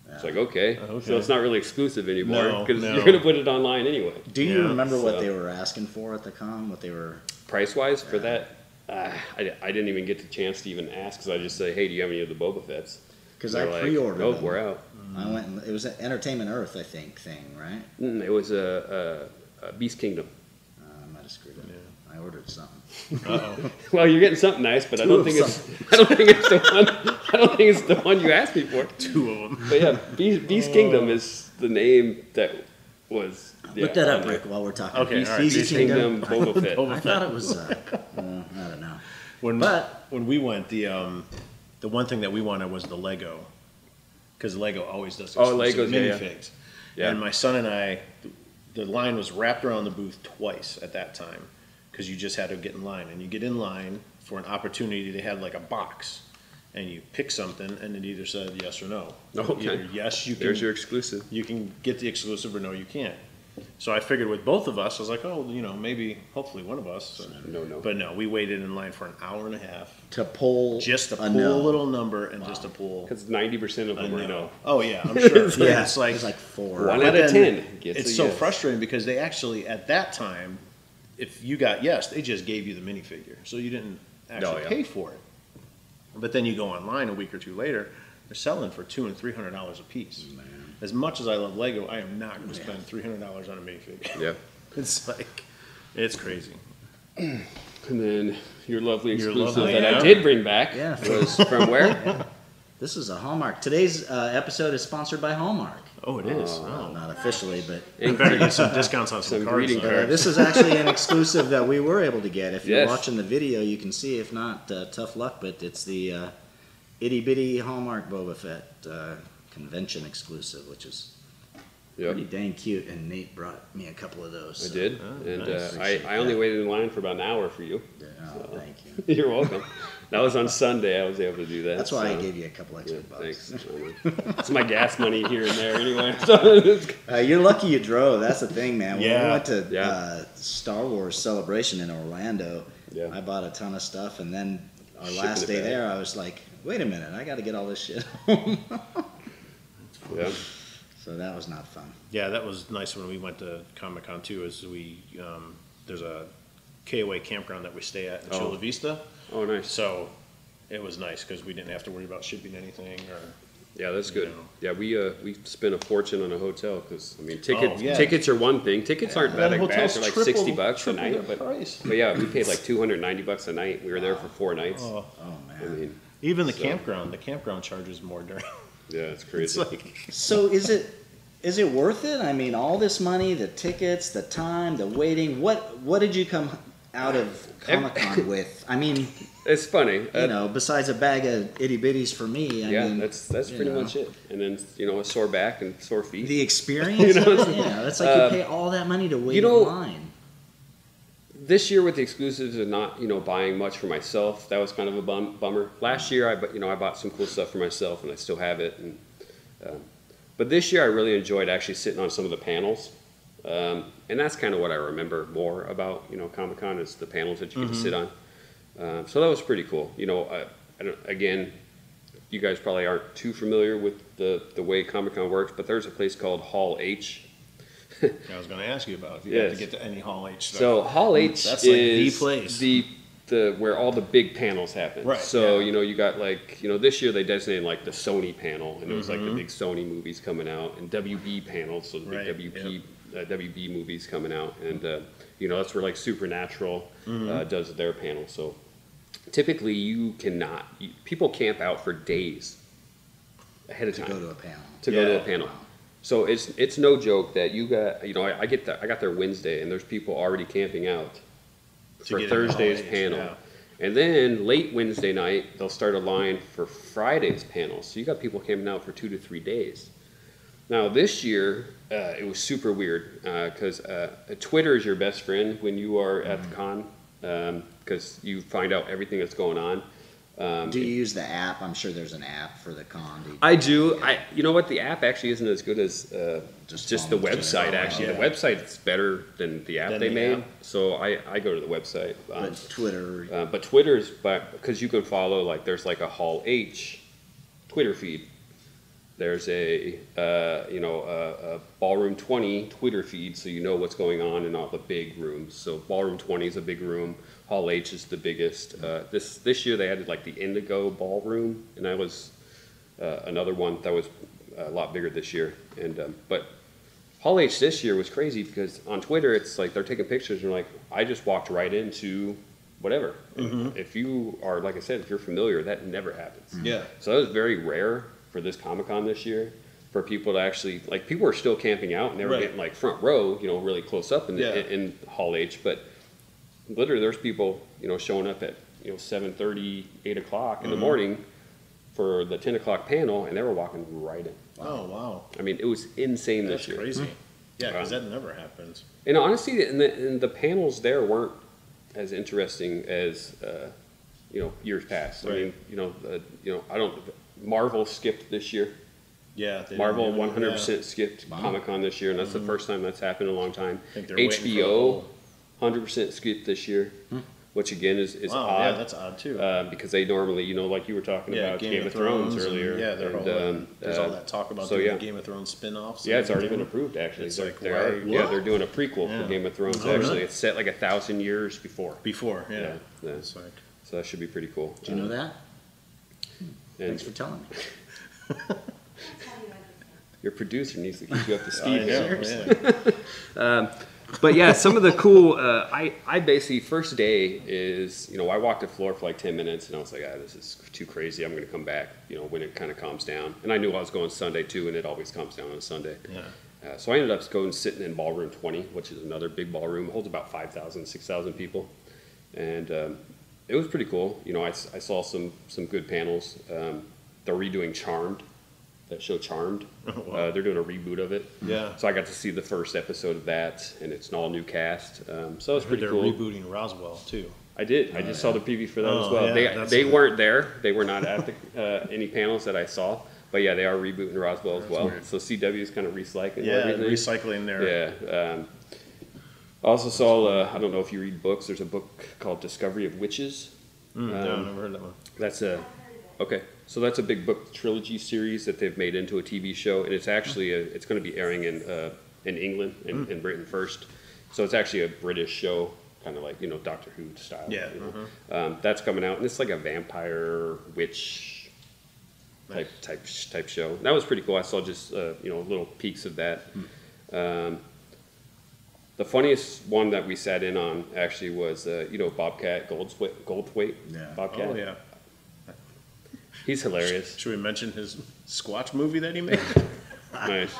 Speaker 5: It's like okay,
Speaker 2: Okay.
Speaker 5: so it's not really exclusive anymore
Speaker 2: No,
Speaker 5: because
Speaker 2: no.
Speaker 5: you're gonna put it online anyway.
Speaker 3: Do you
Speaker 2: Yeah,
Speaker 3: remember what
Speaker 5: so-
Speaker 3: they were asking for at the con? What they were?
Speaker 5: Price wise for that, uh, I, I didn't even get the chance to even ask because I just say, hey, do you have any of the Boba Fett's?
Speaker 3: Because
Speaker 5: They're
Speaker 3: I
Speaker 5: like,
Speaker 3: pre-ordered.
Speaker 5: Nope,
Speaker 3: them.
Speaker 5: we're out.
Speaker 3: I went. And, it was an Entertainment Earth, I think, thing, right?
Speaker 5: Mm, it was a, uh uh Beast Kingdom.
Speaker 3: Uh, I might have screwed up. I ordered something.
Speaker 2: Uh-oh.
Speaker 5: Well, you're getting something nice, but I
Speaker 3: Two
Speaker 5: don't
Speaker 3: of
Speaker 5: think it's I don't think it's the one I don't think it's the one you asked me for.
Speaker 2: Two of them.
Speaker 5: But yeah, Beast, Beast Kingdom is the name that was. yeah,
Speaker 3: Look that up,
Speaker 5: on there.
Speaker 3: Rick, while we're talking.
Speaker 2: Okay,
Speaker 3: Beast-
Speaker 2: all right.
Speaker 3: Beast
Speaker 5: Beast Kingdom, Boba Fett.
Speaker 3: I thought it was. Uh, uh, I don't know.
Speaker 2: When,
Speaker 3: But-
Speaker 2: when we went, the um, the one thing that we wanted was the Lego, because Lego always does
Speaker 5: Oh,
Speaker 2: exclusive
Speaker 5: Legos, yeah, yeah.
Speaker 2: minifigs.
Speaker 5: Yeah.
Speaker 2: And my son and I, th- the line was wrapped around the booth twice at that time, because you just had to get in line, and you get in line for an opportunity. They had like a box, and you pick something, and it either said yes or no.
Speaker 5: Okay.
Speaker 2: Either yes, you can.
Speaker 5: There's your exclusive.
Speaker 2: you can get the exclusive or no, you can't. So I figured with both of us, I was like, oh, you know, maybe, hopefully one of us.
Speaker 5: No, no.
Speaker 2: But no, we waited in line for an hour and a half
Speaker 3: To pull
Speaker 2: just to pull
Speaker 3: a no.
Speaker 2: a little number and just to pull
Speaker 5: Because ninety percent of
Speaker 2: a
Speaker 5: them were
Speaker 2: no.
Speaker 5: no.
Speaker 2: Oh yeah, I'm sure.
Speaker 3: Yeah,
Speaker 2: it's like
Speaker 3: it was like four.
Speaker 5: One
Speaker 2: but
Speaker 5: out of
Speaker 2: then
Speaker 5: ten. Gets
Speaker 2: It's
Speaker 5: a
Speaker 2: so
Speaker 5: yes.
Speaker 2: frustrating because they actually at that time, if you got yes, they just gave you the minifigure, so you didn't actually
Speaker 5: Oh, yeah.
Speaker 2: pay for it. But then you go online a week or two later, they're selling for two and three hundred dollars a piece. As much as I love Lego, I am not going to spend three hundred dollars on a minifigure.
Speaker 5: Yeah.
Speaker 2: It's like, it's crazy.
Speaker 5: And then your lovely
Speaker 2: Your
Speaker 5: exclusive
Speaker 2: lovely-
Speaker 5: that I
Speaker 2: Yeah.
Speaker 5: did bring back
Speaker 3: Yeah.
Speaker 5: was from where?
Speaker 3: This is a Hallmark. Today's uh, episode is sponsored by Hallmark.
Speaker 2: Oh, it is.
Speaker 3: Well,
Speaker 2: Oh,
Speaker 3: not officially, but
Speaker 2: I better get some discounts on some,
Speaker 5: Some
Speaker 2: cards.
Speaker 5: greeting
Speaker 2: though.
Speaker 3: uh, this is actually an exclusive that we were able to get. If you're
Speaker 5: Yes.
Speaker 3: watching the video, you can see. If not, uh, tough luck. But it's the uh, itty bitty Hallmark Boba Fett uh, convention exclusive, which is
Speaker 5: Yep.
Speaker 3: pretty dang cute. And Nate brought me a couple of those.
Speaker 5: I
Speaker 3: so,
Speaker 5: did,
Speaker 2: Oh,
Speaker 5: and
Speaker 2: nice.
Speaker 5: uh, I, I only waited in line for about an hour for you.
Speaker 3: uh, oh, thank you.
Speaker 5: You're welcome. that was on Sunday. I was able to do that.
Speaker 3: That's why I
Speaker 5: so-
Speaker 3: gave you a couple extra
Speaker 5: Yeah,
Speaker 3: bucks.
Speaker 5: thanks. it's my gas money here and there anyway. So it's-
Speaker 3: Uh, you're lucky you drove. That's the thing, man. When we
Speaker 2: Yeah.
Speaker 3: went to
Speaker 5: Yeah.
Speaker 3: uh, Star Wars Celebration in Orlando,
Speaker 5: Yeah.
Speaker 3: I bought a ton of stuff, and then our
Speaker 5: Shipping
Speaker 3: last
Speaker 5: it
Speaker 3: day
Speaker 5: back.
Speaker 3: there, I was like, "Wait a minute, I got to get all this shit home."
Speaker 5: yeah.
Speaker 3: so that was not fun.
Speaker 2: Yeah, that was nice when we went to Comic Con too. Is we um, there's a KOA campground that we stay at in
Speaker 5: Oh.
Speaker 2: Chula Vista,
Speaker 5: Oh, nice.
Speaker 2: so it was nice because we didn't have to worry about shipping anything or
Speaker 5: Yeah, that's good.
Speaker 2: You know.
Speaker 5: Yeah, we uh, we spent a fortune on a hotel because I mean tickets
Speaker 2: Oh, yeah.
Speaker 5: tickets are one thing. Tickets aren't that bad. They're like sixty bucks a night, but,
Speaker 2: price.
Speaker 5: but yeah, we paid like two hundred ninety bucks a night. We were there for four nights.
Speaker 2: Oh,
Speaker 3: Oh
Speaker 5: I
Speaker 3: man.
Speaker 5: mean,
Speaker 2: even the
Speaker 5: So-
Speaker 2: campground, the campground charges more during.
Speaker 5: yeah, it's
Speaker 2: It's
Speaker 5: crazy.
Speaker 2: like
Speaker 3: So is it is it worth it? I mean, all this money, the tickets, the time, the waiting. What what did you come out of
Speaker 5: Ev-
Speaker 3: Comic Con with? I mean,
Speaker 5: it's funny. Uh,
Speaker 3: you know, besides a bag of itty bitties for me, I
Speaker 5: yeah,
Speaker 3: mean,
Speaker 5: that's that's
Speaker 3: you
Speaker 5: pretty
Speaker 3: know.
Speaker 5: much it. And then you know a sore back and sore feet.
Speaker 3: The experience,
Speaker 5: You
Speaker 3: you
Speaker 5: know?
Speaker 3: know, yeah, that's like
Speaker 5: Uh,
Speaker 3: you pay all that money to wait
Speaker 5: you know-
Speaker 3: in line.
Speaker 5: this year with the exclusives and not you know buying much for myself that was kind of a bum, bummer last year i bu- you know i bought some cool stuff for myself and i still have it and um, but this year i really enjoyed actually sitting on some of the panels um, and that's kind of what i remember more about you know comic-con is the panels that you get to sit on um, so that was pretty cool you know I, I don't, again you guys probably aren't too familiar with the, the way comic-con works but there's a place called hall h
Speaker 2: I was going to ask you about if you had to
Speaker 5: Yes.
Speaker 2: get to any Hall H stuff.
Speaker 5: so Hall H
Speaker 2: That's
Speaker 5: is
Speaker 2: like the place.
Speaker 5: the the where all the big panels happen.
Speaker 2: Right,
Speaker 5: So
Speaker 2: yeah.
Speaker 5: you know you got like you know this year they designated like the Sony panel and it was like the big Sony movies coming out and WB panels so the
Speaker 2: Mm-hmm. Right,
Speaker 5: big WP uh, WB movies coming out and uh, you know that's where like Supernatural
Speaker 2: Mm-hmm.
Speaker 5: uh, does their panel. So typically you cannot you, people camp out for days ahead of
Speaker 3: to
Speaker 5: time
Speaker 3: go to a panel.
Speaker 5: to go to
Speaker 2: Yeah.
Speaker 5: a panel. So it's it's no joke that you got you know I, I get the, I got there Wednesday and there's people already camping out
Speaker 2: To
Speaker 5: for
Speaker 2: get in
Speaker 5: Thursday's
Speaker 2: Hall H,
Speaker 5: panel,
Speaker 2: yeah.
Speaker 5: and then late Wednesday night they'll start a line for Friday's panel. So you got people camping out for two to three days. Now this year uh, it was super weird because uh, Twitter is your best friend when you are at
Speaker 2: Mm-hmm.
Speaker 5: the con because you find out everything that's going on. um,
Speaker 3: Do you use the app? I'm sure there's an app for the con. Do you-
Speaker 5: I do. I you know what? The app actually isn't as good as uh, just,
Speaker 3: Just
Speaker 5: the
Speaker 3: phone in
Speaker 5: website.
Speaker 3: general.
Speaker 5: Actually, the
Speaker 2: Yeah.
Speaker 5: website's better than the app
Speaker 2: Than
Speaker 5: they
Speaker 2: the
Speaker 5: made.
Speaker 2: app.
Speaker 5: So I, I go to the website. Um,
Speaker 3: but Twitter.
Speaker 5: uh, but Twitter's but because you can follow like there's like a Hall H Twitter feed. There's a uh, you know a, a ballroom 20 Twitter feed, so you know what's going on in all the big rooms. So ballroom 20 is a big room. Hall H is the biggest. Uh, this this year they added like the Indigo Ballroom, and that was uh, another one that was a lot bigger this year. And um, but Hall H this year was crazy because on Twitter it's like they're taking pictures and like I just walked right into whatever.
Speaker 2: Mm-hmm.
Speaker 5: If you are like I said, if you're familiar, that never happens.
Speaker 2: yeah,
Speaker 5: So that was very rare for this Comic Con this year for people to actually like people were still camping out and they were
Speaker 2: Right.
Speaker 5: getting like front row, you know, really close up in, the,
Speaker 2: Yeah.
Speaker 5: in, in Hall H. But literally, there's people you know showing up at you know 7:30, 8 o'clock in the
Speaker 2: Mm-hmm.
Speaker 5: morning for the 10 o'clock panel, and they were walking right in.
Speaker 2: oh wow,
Speaker 5: I mean, it was insane
Speaker 2: that's
Speaker 5: this year. Hmm.
Speaker 2: crazy. Yeah, because
Speaker 5: Wow.
Speaker 2: that never happens.
Speaker 5: And honestly, and the, and the panels there weren't as interesting as uh, you know years past. I mean,
Speaker 2: Right.
Speaker 5: you know, uh, you know, I don't. Marvel skipped this year.
Speaker 2: Yeah, they didn't
Speaker 5: Marvel
Speaker 2: have any-
Speaker 5: 100
Speaker 2: yeah. Mm-hmm.
Speaker 5: percent skipped
Speaker 3: Wow.
Speaker 5: Comic Con this year, and that's the first time that's happened in a long time.
Speaker 2: I think they're waiting for the
Speaker 5: HBO
Speaker 2: whole- Hmm.
Speaker 5: 100 percent skipped this year, which again is, is
Speaker 2: Wow, yeah,
Speaker 5: odd
Speaker 2: that's odd too.
Speaker 5: uh, because they normally, you know, like you were talking
Speaker 2: yeah,
Speaker 5: about Game, of Thrones,
Speaker 2: and-
Speaker 5: earlier.
Speaker 2: Yeah, their
Speaker 5: and,
Speaker 2: whole,
Speaker 5: um,
Speaker 2: there's
Speaker 5: uh,
Speaker 2: all that talk about
Speaker 5: so,
Speaker 2: doing
Speaker 5: yeah.
Speaker 2: the Game of Thrones spin-offs. and
Speaker 5: Yeah, it's already
Speaker 2: everything.
Speaker 5: been approved. Actually,
Speaker 2: It's
Speaker 5: they're,
Speaker 2: like,
Speaker 5: they're-
Speaker 2: wow.
Speaker 5: yeah, they're doing a prequel
Speaker 2: Yeah.
Speaker 5: for Game of Thrones.
Speaker 2: Oh,
Speaker 5: actually,
Speaker 2: really?
Speaker 5: it's set like a thousand years before,
Speaker 2: before. Yeah,
Speaker 5: Yeah, yeah.
Speaker 2: it's like
Speaker 5: so that should be pretty cool. Um,
Speaker 3: Do you know that? Thanks for
Speaker 5: And
Speaker 3: telling me.
Speaker 5: your producer needs to keep you up to
Speaker 2: I
Speaker 5: speed.
Speaker 2: know,
Speaker 5: here.
Speaker 2: yeah.
Speaker 5: but yeah, some of the cool. Uh, I I basically first day is you know I walked the floor for like ten minutes and I was like, ah, this is too crazy. I'm gonna come back. You know when it kind of calms down. And I knew I was going Sunday too, and it always calms down on Sunday.
Speaker 2: Yeah.
Speaker 5: Uh, so I ended up going sitting in ballroom 20, which is another big ballroom, holds about 5,000, 6,000 people, and um, it was pretty cool. You know, I, s- I saw some some good panels. Um, they're redoing Charmed, that show Charmed. uh, they're doing a reboot of it.
Speaker 2: Yeah.
Speaker 5: So I got to see the first episode of that, and it's an all new cast. Um, so it was
Speaker 2: I heard
Speaker 5: pretty
Speaker 2: they're
Speaker 5: cool.
Speaker 2: rebooting Roswell too.
Speaker 5: I did. I just saw the preview for that
Speaker 2: Oh,
Speaker 5: as well.
Speaker 2: yeah, that's
Speaker 5: they they
Speaker 2: good.
Speaker 5: weren't there. They were not at the, uh, any panels that I saw. But yeah, they are rebooting Roswell as well.
Speaker 2: weird.
Speaker 5: So CW is kind of recycling.
Speaker 2: Yeah,
Speaker 5: everything.
Speaker 2: recycling their
Speaker 5: Yeah. Um, I also saw. Uh, I don't know if you read books. There's a book called Discovery of Witches.
Speaker 2: no,
Speaker 5: Um,
Speaker 2: mm, never heard that one.
Speaker 5: That's a okay. So that's a big book trilogy series that they've made into a TV show, and it's actually a, it's going to be airing in uh, in England
Speaker 2: Mm.
Speaker 5: and in Britain first. So it's actually a British show, kind of like you know Doctor Who style.
Speaker 2: Yeah, uh-huh.
Speaker 5: you know. um, that's coming out, and it's like a vampire witch type type type show. That was pretty cool. I saw just uh, you know little peaks of that.
Speaker 2: Hmm.
Speaker 5: Um, the funniest one that we sat in on actually was uh, you know Bobcat Goldthwait. Goldthwait
Speaker 3: Yeah.
Speaker 5: Bobcat.
Speaker 2: Oh yeah.
Speaker 5: He's hilarious.
Speaker 2: Should we mention his Squatch movie that he made?
Speaker 5: Nice.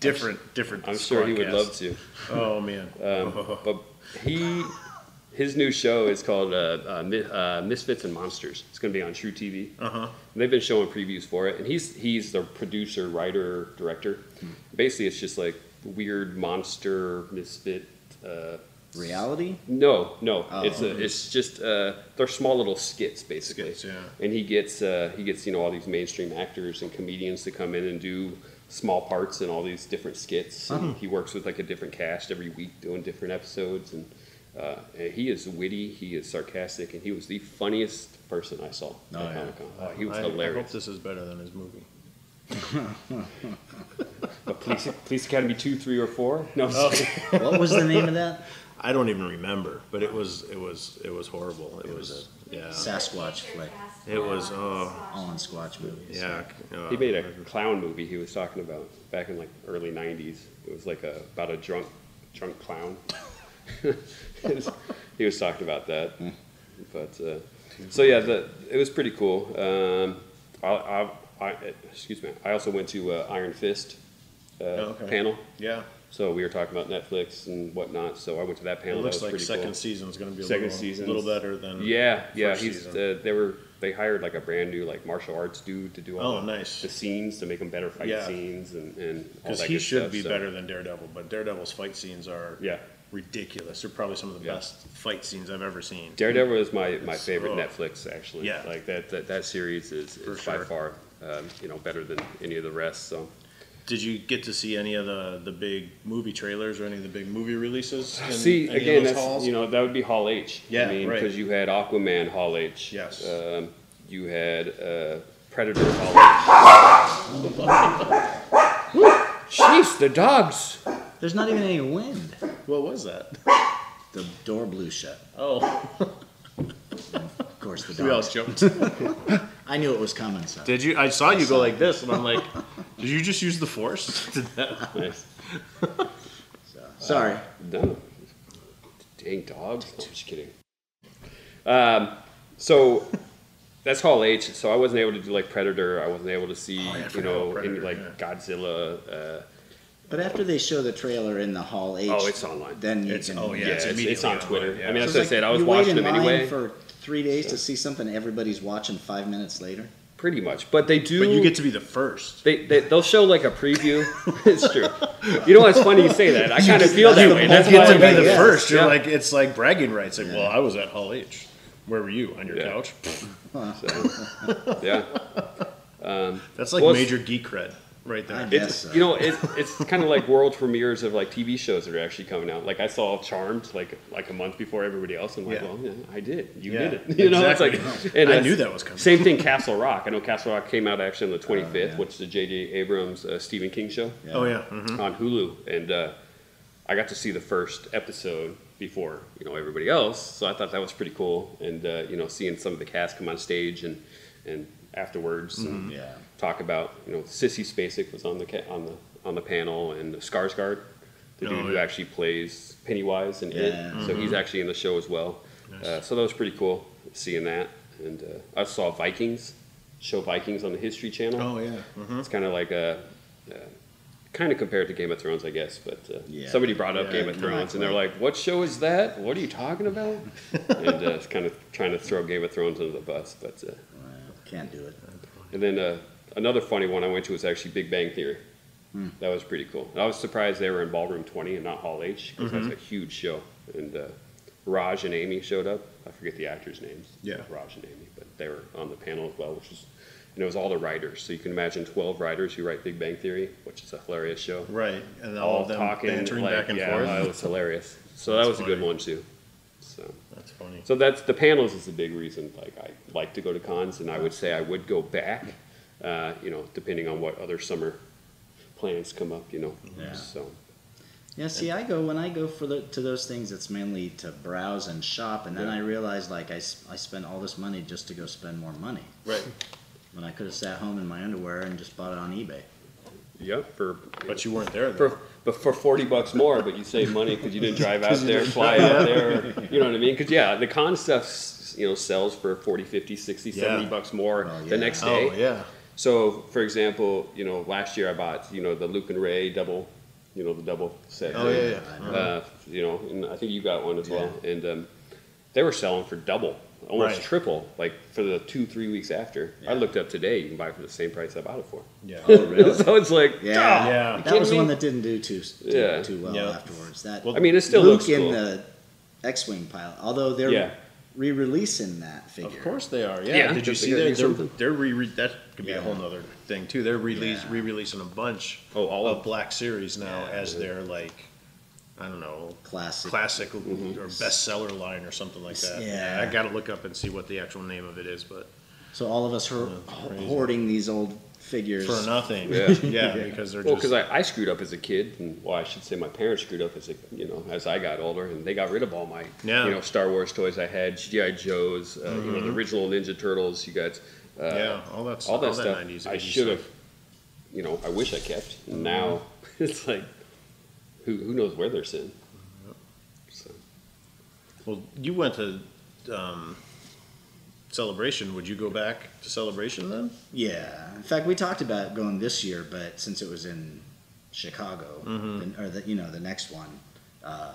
Speaker 2: different, different.
Speaker 5: I'm sure he would love to.
Speaker 2: to. Oh man.
Speaker 5: Um, but he, his new show is called uh, uh, Mi- uh, Misfits and Monsters. It's going to be on True TV.
Speaker 2: Uh-huh.
Speaker 5: They've been showing previews for it, and he's he's the producer, writer, director. Basically, it's just like weird monster misfit. Uh,
Speaker 3: Reality?
Speaker 5: No, no.
Speaker 3: Oh.
Speaker 5: It's a, it's just uh, they're small little skits basically.
Speaker 2: Skits, yeah.
Speaker 5: And he gets uh, he gets you know all these mainstream actors and comedians to come in and do small parts in all these different skits. And he works with like a different cast every week doing different episodes and. Uh, and he is witty, he is sarcastic, and he was the funniest person I saw
Speaker 3: Oh,
Speaker 5: at
Speaker 3: yeah.
Speaker 5: Comic Con. Oh, he was
Speaker 2: I, I hope
Speaker 5: hilarious.
Speaker 2: this is better than his movie.
Speaker 5: But Police, Police Academy 2, 3, or 4? No, I'm just kidding.
Speaker 3: What was the name of that?
Speaker 2: I don't even remember, but it was it was it was horrible. It, was,
Speaker 3: was
Speaker 2: yeah.
Speaker 3: Sasquatch flick.
Speaker 2: It was oh
Speaker 3: All in Squatch movies.
Speaker 2: yeah. uh,
Speaker 5: He made a clown movie he was talking about back in like early '90s. It was like a, about a drunk, drunk clown. he was talking about that, but uh, so yeah, the, it was pretty cool. Um, I, I, I, excuse me. I also went to uh, Iron Fist uh,
Speaker 2: Oh, okay.
Speaker 5: panel,
Speaker 2: Yeah.
Speaker 5: so we were talking about Netflix and whatnot. So I went to that
Speaker 2: It
Speaker 5: panel.
Speaker 2: looks
Speaker 5: that was
Speaker 2: like
Speaker 5: pretty
Speaker 2: second
Speaker 5: cool.
Speaker 2: season's going to be a
Speaker 5: Second
Speaker 2: little,
Speaker 5: season's-
Speaker 2: little better than
Speaker 5: Yeah, yeah.
Speaker 2: first
Speaker 5: He's
Speaker 2: season.
Speaker 5: uh, they were they hired like a brand new like martial arts dude to do all
Speaker 2: Oh,
Speaker 5: the,
Speaker 2: nice.
Speaker 5: the scenes to make them better fight
Speaker 2: Yeah.
Speaker 5: scenes and and all
Speaker 2: because
Speaker 5: that
Speaker 2: he
Speaker 5: good
Speaker 2: should
Speaker 5: stuff,
Speaker 2: be
Speaker 5: so-
Speaker 2: better than Daredevil, but Daredevil's fight scenes are
Speaker 5: Yeah,
Speaker 2: ridiculous. They're probably some of the
Speaker 5: Yeah.
Speaker 2: best fight scenes I've ever seen.
Speaker 5: Daredevil is my my favorite
Speaker 2: oh.
Speaker 5: Netflix actually.
Speaker 2: Yeah.
Speaker 5: like that that, that series is,
Speaker 2: For
Speaker 5: is by
Speaker 2: sure.
Speaker 5: far um, you know better than any of the rest. So
Speaker 2: Did you get to see any of the, the big movie trailers or any of the big movie releases? In any
Speaker 5: see
Speaker 2: of
Speaker 5: again,
Speaker 2: those
Speaker 5: that's,
Speaker 2: halls?
Speaker 5: you know that would be Hall H. I
Speaker 2: Yeah,
Speaker 5: mean
Speaker 2: right.
Speaker 5: because you had Aquaman Hall H.
Speaker 2: Yes.
Speaker 5: Um, you had uh, Predator Hall H. Jeez, the dogs.
Speaker 3: There's not even any wind.
Speaker 2: what was that?
Speaker 3: The door blew shut.
Speaker 2: Oh,
Speaker 3: Of course, the
Speaker 2: we all
Speaker 3: dog.
Speaker 2: jumped.
Speaker 3: I knew it was coming, so.
Speaker 2: Did you? I saw you go like this, and I'm like, did you just use the force? Did that?
Speaker 5: Nice.
Speaker 3: Sorry.
Speaker 5: No. Dang dogs. No, I'm just kidding. Um, so that's Hall H. So I wasn't able to do like Predator. I wasn't able to see,
Speaker 2: Oh, yeah,
Speaker 5: you know,
Speaker 2: Predator,
Speaker 5: any like
Speaker 2: yeah.
Speaker 5: Godzilla. Uh,
Speaker 3: But after they show the trailer in the Hall H,
Speaker 5: oh, it's online.
Speaker 3: then you
Speaker 2: It's-
Speaker 3: can.
Speaker 2: oh, yeah.
Speaker 5: yeah, it's, it's
Speaker 2: immediately
Speaker 5: on
Speaker 2: online,
Speaker 5: Twitter.
Speaker 2: yeah.
Speaker 5: I mean,
Speaker 2: So
Speaker 5: as
Speaker 3: It's
Speaker 5: I
Speaker 3: like
Speaker 5: said, I was
Speaker 3: you wait
Speaker 5: watching
Speaker 3: in
Speaker 5: them
Speaker 3: line
Speaker 5: anyway.
Speaker 3: for three days to see something everybody's watching five minutes later.
Speaker 5: Pretty much, but they do.
Speaker 2: But you get to be the first.
Speaker 5: They, they, they'll show like a preview. it's true. You know what's funny? You say that. I kind of feel
Speaker 3: that's
Speaker 5: that
Speaker 3: the
Speaker 5: way.
Speaker 3: whole
Speaker 5: That's
Speaker 2: you get
Speaker 5: why
Speaker 2: to
Speaker 5: I'm
Speaker 2: be
Speaker 5: like-
Speaker 2: the
Speaker 3: yeah.
Speaker 2: first. You're
Speaker 5: Yeah.
Speaker 2: like, it's like bragging rights. Like, well, I was at Hall H. Where were you on your
Speaker 5: Yeah.
Speaker 2: couch?
Speaker 5: So, yeah.
Speaker 2: That's like
Speaker 5: Well, it's-
Speaker 2: major geek cred right there.
Speaker 3: I
Speaker 2: It-
Speaker 5: It's
Speaker 3: Yes,
Speaker 5: you know it, it's kind of like world premieres of like TV shows that are actually coming out. Like I saw Charmed like like a month before everybody else. I'm like,
Speaker 2: Yeah.
Speaker 5: well, yeah, I did, you
Speaker 2: Yeah,
Speaker 5: did it. You know, it's
Speaker 2: exactly.
Speaker 5: like and
Speaker 2: I
Speaker 5: uh,
Speaker 2: knew that was coming.
Speaker 5: Same thing, Castle Rock. I know Castle Rock came out actually on the 25th,
Speaker 3: yeah.
Speaker 5: which is the J.J. Abrams uh, Stephen King show
Speaker 2: Oh yeah. mhm.
Speaker 5: on Hulu, and uh, I got to see the first episode before you know everybody else. So I thought that was pretty cool, and uh, you know, seeing some of the cast come on stage and and afterwards.
Speaker 2: Mm-hmm.
Speaker 5: And,
Speaker 3: Yeah.
Speaker 5: talk about you know Sissy Spacek was on the ca- on the on the panel and Skarsgård the
Speaker 2: Oh,
Speaker 5: dude who
Speaker 2: yeah. Mm-hmm.
Speaker 5: actually plays Pennywise and it.
Speaker 3: Yeah.
Speaker 5: So he's actually in the show as well. Uh, so that was pretty cool seeing that. And uh, I saw Vikings, show Vikings on the History Channel.
Speaker 2: Oh yeah. Mhm.
Speaker 5: It's kind of like a, uh, kind of compared to Game of Thrones, I guess. But uh,
Speaker 3: Yeah.
Speaker 5: somebody brought up
Speaker 2: Yeah,
Speaker 5: Game of
Speaker 2: kinda
Speaker 5: Thrones, and they're like, "What show is that? What are you talking about?" and uh, kind of trying to throw Game of Thrones under the bus. But uh,
Speaker 3: Wow, can't do it.
Speaker 5: and then uh, another funny one I went to was actually Big Bang Theory.
Speaker 2: Hmm.
Speaker 5: That was pretty cool. And I was surprised they were in Ballroom 20 and not Hall H because
Speaker 2: Mm-hmm.
Speaker 5: that's a huge show. And uh, Raj and Amy showed up. I forget the actors' names.
Speaker 2: Yeah.
Speaker 5: Raj and Amy, but they were on the panel as well, which is, and it was all the writers. So you can imagine 12 writers who write Big Bang Theory, which is a hilarious show.
Speaker 2: Right, and all, of them bantering
Speaker 5: like,
Speaker 2: back and
Speaker 5: yeah,
Speaker 2: forth.
Speaker 5: It was hilarious. So
Speaker 2: That's
Speaker 5: that was a good
Speaker 2: funny.
Speaker 5: one too. So.
Speaker 2: That's funny.
Speaker 5: So that's the panels is a big reason. Like I like to go to cons, and I would say I would go back. Uh, you know, depending on what other summer plans come up. You know,
Speaker 3: Yeah.
Speaker 5: so
Speaker 3: Yeah, see, I go when I go for the, to those things. It's mainly to browse and shop, and then
Speaker 5: Yeah.
Speaker 3: I realize like I, s- I spend all this money just to go spend more money
Speaker 2: Right,
Speaker 3: when I could have sat home in my underwear and just bought it on eBay.
Speaker 5: yeah, for
Speaker 2: but you weren't there. Though.
Speaker 5: for but for forty bucks more, but you save money because you didn't drive out there, fly out there. or- You know what I mean? Because yeah, the con stuff you know sells for 40, 50, 60, 70
Speaker 2: Yeah.
Speaker 5: bucks more
Speaker 3: Well, yeah.
Speaker 5: the next day.
Speaker 2: Oh yeah.
Speaker 5: So, for example, you know, last year I bought, you know, the Luke and Ray double, you know, the double set.
Speaker 2: Oh yeah. yeah.
Speaker 5: Uh, you know, and I think you got one as well. And um, they were selling for double, almost
Speaker 2: Right.
Speaker 5: triple, like for the two, three weeks after. I looked up today, you can buy it for the same price I bought it for.
Speaker 2: yeah.
Speaker 5: so it's like,
Speaker 3: Yeah,
Speaker 5: "Duh!"
Speaker 2: Yeah.
Speaker 5: You
Speaker 3: That was
Speaker 5: kidding
Speaker 3: one
Speaker 5: me?
Speaker 3: that didn't do too s- too,
Speaker 5: Yeah.
Speaker 3: too well
Speaker 2: Yeah.
Speaker 3: afterwards. That
Speaker 2: Well,
Speaker 5: I mean, it still
Speaker 3: Luke
Speaker 5: looks
Speaker 3: in
Speaker 5: cool.
Speaker 3: the X-wing pilot, although they're
Speaker 5: Yeah.
Speaker 3: re-releasing that figure.
Speaker 2: Of course they are. Yeah.
Speaker 5: Yeah.
Speaker 2: Did you
Speaker 5: Just
Speaker 2: see
Speaker 5: to get
Speaker 2: that?
Speaker 5: you
Speaker 2: They're,
Speaker 5: something.
Speaker 2: they're re, re that could be
Speaker 3: Yeah.
Speaker 2: a whole nother thing too. They're release
Speaker 3: Yeah.
Speaker 2: re-releasing a bunch
Speaker 5: Oh, all
Speaker 2: of
Speaker 5: of-
Speaker 2: Black Series now
Speaker 3: Yeah.
Speaker 2: as their like I don't know
Speaker 3: Classic.
Speaker 2: classic or bestseller line or something like that.
Speaker 3: Yeah.
Speaker 2: I got to look up and see what the actual name of it is, but
Speaker 3: So all of us are
Speaker 2: crazy.
Speaker 3: hoarding these old figures.
Speaker 2: for nothing.
Speaker 5: Yeah.
Speaker 2: yeah, because they're
Speaker 5: Well,
Speaker 2: just
Speaker 5: because I, I screwed up as a kid, and well, I should say my parents screwed up as a you know as I got older, and they got rid of all my
Speaker 2: Yeah. Mm-hmm.
Speaker 5: you know Star Wars toys I had, GI Joes, uh, you know the original Ninja Turtles. You got uh,
Speaker 2: yeah, all that
Speaker 5: all that stuff.
Speaker 2: 90s,
Speaker 5: I
Speaker 2: 80s
Speaker 5: should have,
Speaker 2: stuff.
Speaker 5: you know, I wish I kept.
Speaker 2: Mm-hmm.
Speaker 5: And now it's like, who who knows where they're sitting? So,
Speaker 2: Well, you went to um, Celebration. Would you go back to Celebration then?
Speaker 3: Yeah. In fact, we talked about going this year, but since it was in Chicago,
Speaker 2: Mm-hmm.
Speaker 3: then- or the, you know the next one, uh,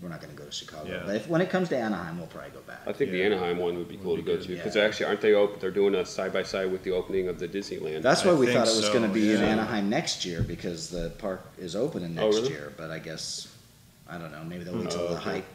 Speaker 3: we're not going to go to Chicago.
Speaker 2: Yeah.
Speaker 3: But if, when it comes to Anaheim, we'll probably go back.
Speaker 5: I think the
Speaker 2: Yeah.
Speaker 5: Anaheim one would be cool
Speaker 2: be
Speaker 5: to go
Speaker 2: good.
Speaker 5: to because
Speaker 3: Yeah.
Speaker 5: actually aren't they open? They're doing a side by side with the opening of the Disneyland.
Speaker 3: That's why
Speaker 2: I
Speaker 3: we
Speaker 2: think
Speaker 3: thought it was
Speaker 2: so,
Speaker 3: going to be in
Speaker 2: yeah.
Speaker 3: Anaheim next year because the park is opening
Speaker 5: Oh,
Speaker 3: next
Speaker 5: really?
Speaker 3: year. But I guess I don't know. Maybe they'll wait till
Speaker 5: Oh,
Speaker 3: the
Speaker 5: okay.
Speaker 3: hype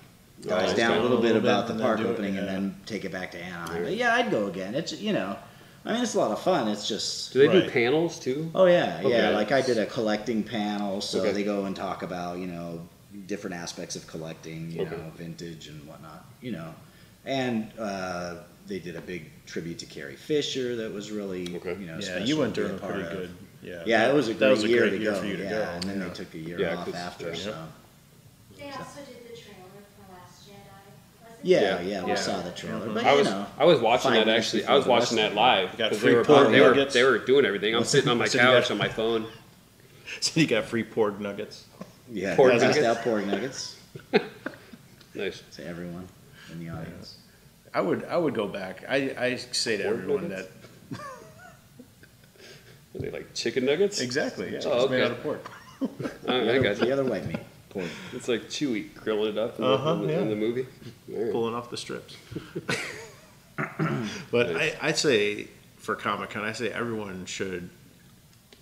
Speaker 5: Oh,
Speaker 3: dies
Speaker 5: okay.
Speaker 3: down a little bit
Speaker 2: Little bit
Speaker 3: about
Speaker 2: and
Speaker 3: the
Speaker 2: then
Speaker 3: park
Speaker 2: do it,
Speaker 3: opening and
Speaker 2: yeah.
Speaker 3: then take it back to Anaheim.
Speaker 5: Yeah.
Speaker 3: But yeah, I'd go again. It's you know, I mean, it's a lot of fun. It's just
Speaker 5: do they do
Speaker 2: Right.
Speaker 5: panels too?
Speaker 3: Oh yeah, yeah.
Speaker 5: Okay.
Speaker 3: Like I did a collecting panel, so
Speaker 5: Okay.
Speaker 3: they go and talk about you know different aspects of collecting, you
Speaker 5: Okay.
Speaker 3: know, vintage and whatnot, you know, and uh, they did a big tribute to Carrie Fisher that was really
Speaker 5: Okay.
Speaker 3: you know
Speaker 2: Yeah,
Speaker 3: special
Speaker 2: you went
Speaker 3: to be
Speaker 2: during a
Speaker 3: part
Speaker 2: pretty
Speaker 3: of.
Speaker 2: good. Yeah,
Speaker 3: Yeah, it was a
Speaker 2: That
Speaker 3: great year
Speaker 2: great
Speaker 3: to
Speaker 2: year
Speaker 3: go.
Speaker 2: for you to
Speaker 3: yeah,
Speaker 2: go,
Speaker 3: and then
Speaker 2: yeah.
Speaker 3: they took a year
Speaker 5: Yeah,
Speaker 3: off
Speaker 5: 'cause-
Speaker 3: after.
Speaker 5: yeah.
Speaker 4: They
Speaker 3: So
Speaker 4: also did the trailer for Last Jedi. wasn't
Speaker 3: yeah,
Speaker 4: it?
Speaker 3: yeah,
Speaker 5: Yeah.
Speaker 3: we
Speaker 5: Yeah.
Speaker 3: saw the trailer, but
Speaker 5: I
Speaker 3: you
Speaker 5: was
Speaker 3: know,
Speaker 5: I was watching
Speaker 3: five
Speaker 5: that
Speaker 3: minutes
Speaker 5: actually.
Speaker 3: before
Speaker 5: I was
Speaker 3: the
Speaker 5: watching
Speaker 3: rest
Speaker 5: that
Speaker 3: of
Speaker 5: live
Speaker 2: You got
Speaker 5: because
Speaker 2: free
Speaker 5: they were
Speaker 2: porn
Speaker 5: they were
Speaker 2: nuggets.
Speaker 5: they were doing everything. I'm sitting on my
Speaker 2: So you got-
Speaker 5: couch on my phone.
Speaker 2: So you got free poured nuggets.
Speaker 3: it. yeah,
Speaker 5: pork
Speaker 3: passed
Speaker 5: nuggets.
Speaker 3: out pork nuggets
Speaker 5: Nice.
Speaker 3: to everyone in the audience.
Speaker 2: I would I would go back. I, I say to
Speaker 5: Pork
Speaker 2: everyone
Speaker 5: nuggets?
Speaker 2: that
Speaker 5: Are they like chicken nuggets?
Speaker 2: exactly. Yeah,
Speaker 5: Oh,
Speaker 2: it's made
Speaker 5: okay.
Speaker 2: out of pork.
Speaker 5: I,
Speaker 3: The
Speaker 5: I
Speaker 3: other,
Speaker 5: got
Speaker 3: the
Speaker 5: you.
Speaker 3: other white meat, pork.
Speaker 5: It's like Chewy grilling it up in,
Speaker 2: Uh-huh,
Speaker 5: the, in, the,
Speaker 2: yeah.
Speaker 5: in the movie. All right.
Speaker 2: Pulling off the strips. but I,
Speaker 5: Nice.
Speaker 2: I'd say for Comic Con, I say everyone should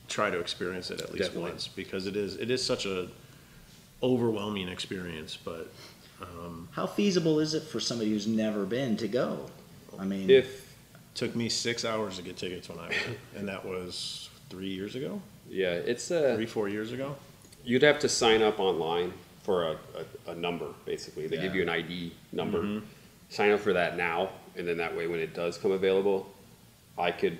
Speaker 2: try to experience it at least
Speaker 5: Definitely.
Speaker 2: once because it is it is such a overwhelming experience. But um,
Speaker 3: How feasible is it for somebody who's never been to go? I mean,
Speaker 5: If
Speaker 2: took me six hours to get tickets when I went, and that was three years ago,
Speaker 5: yeah, it's uh,
Speaker 2: three four years ago.
Speaker 5: you'd have to sign up online for a, a, a number basically they give
Speaker 3: Yeah.
Speaker 5: you an id number sign up for that now and then that way when it does come available i could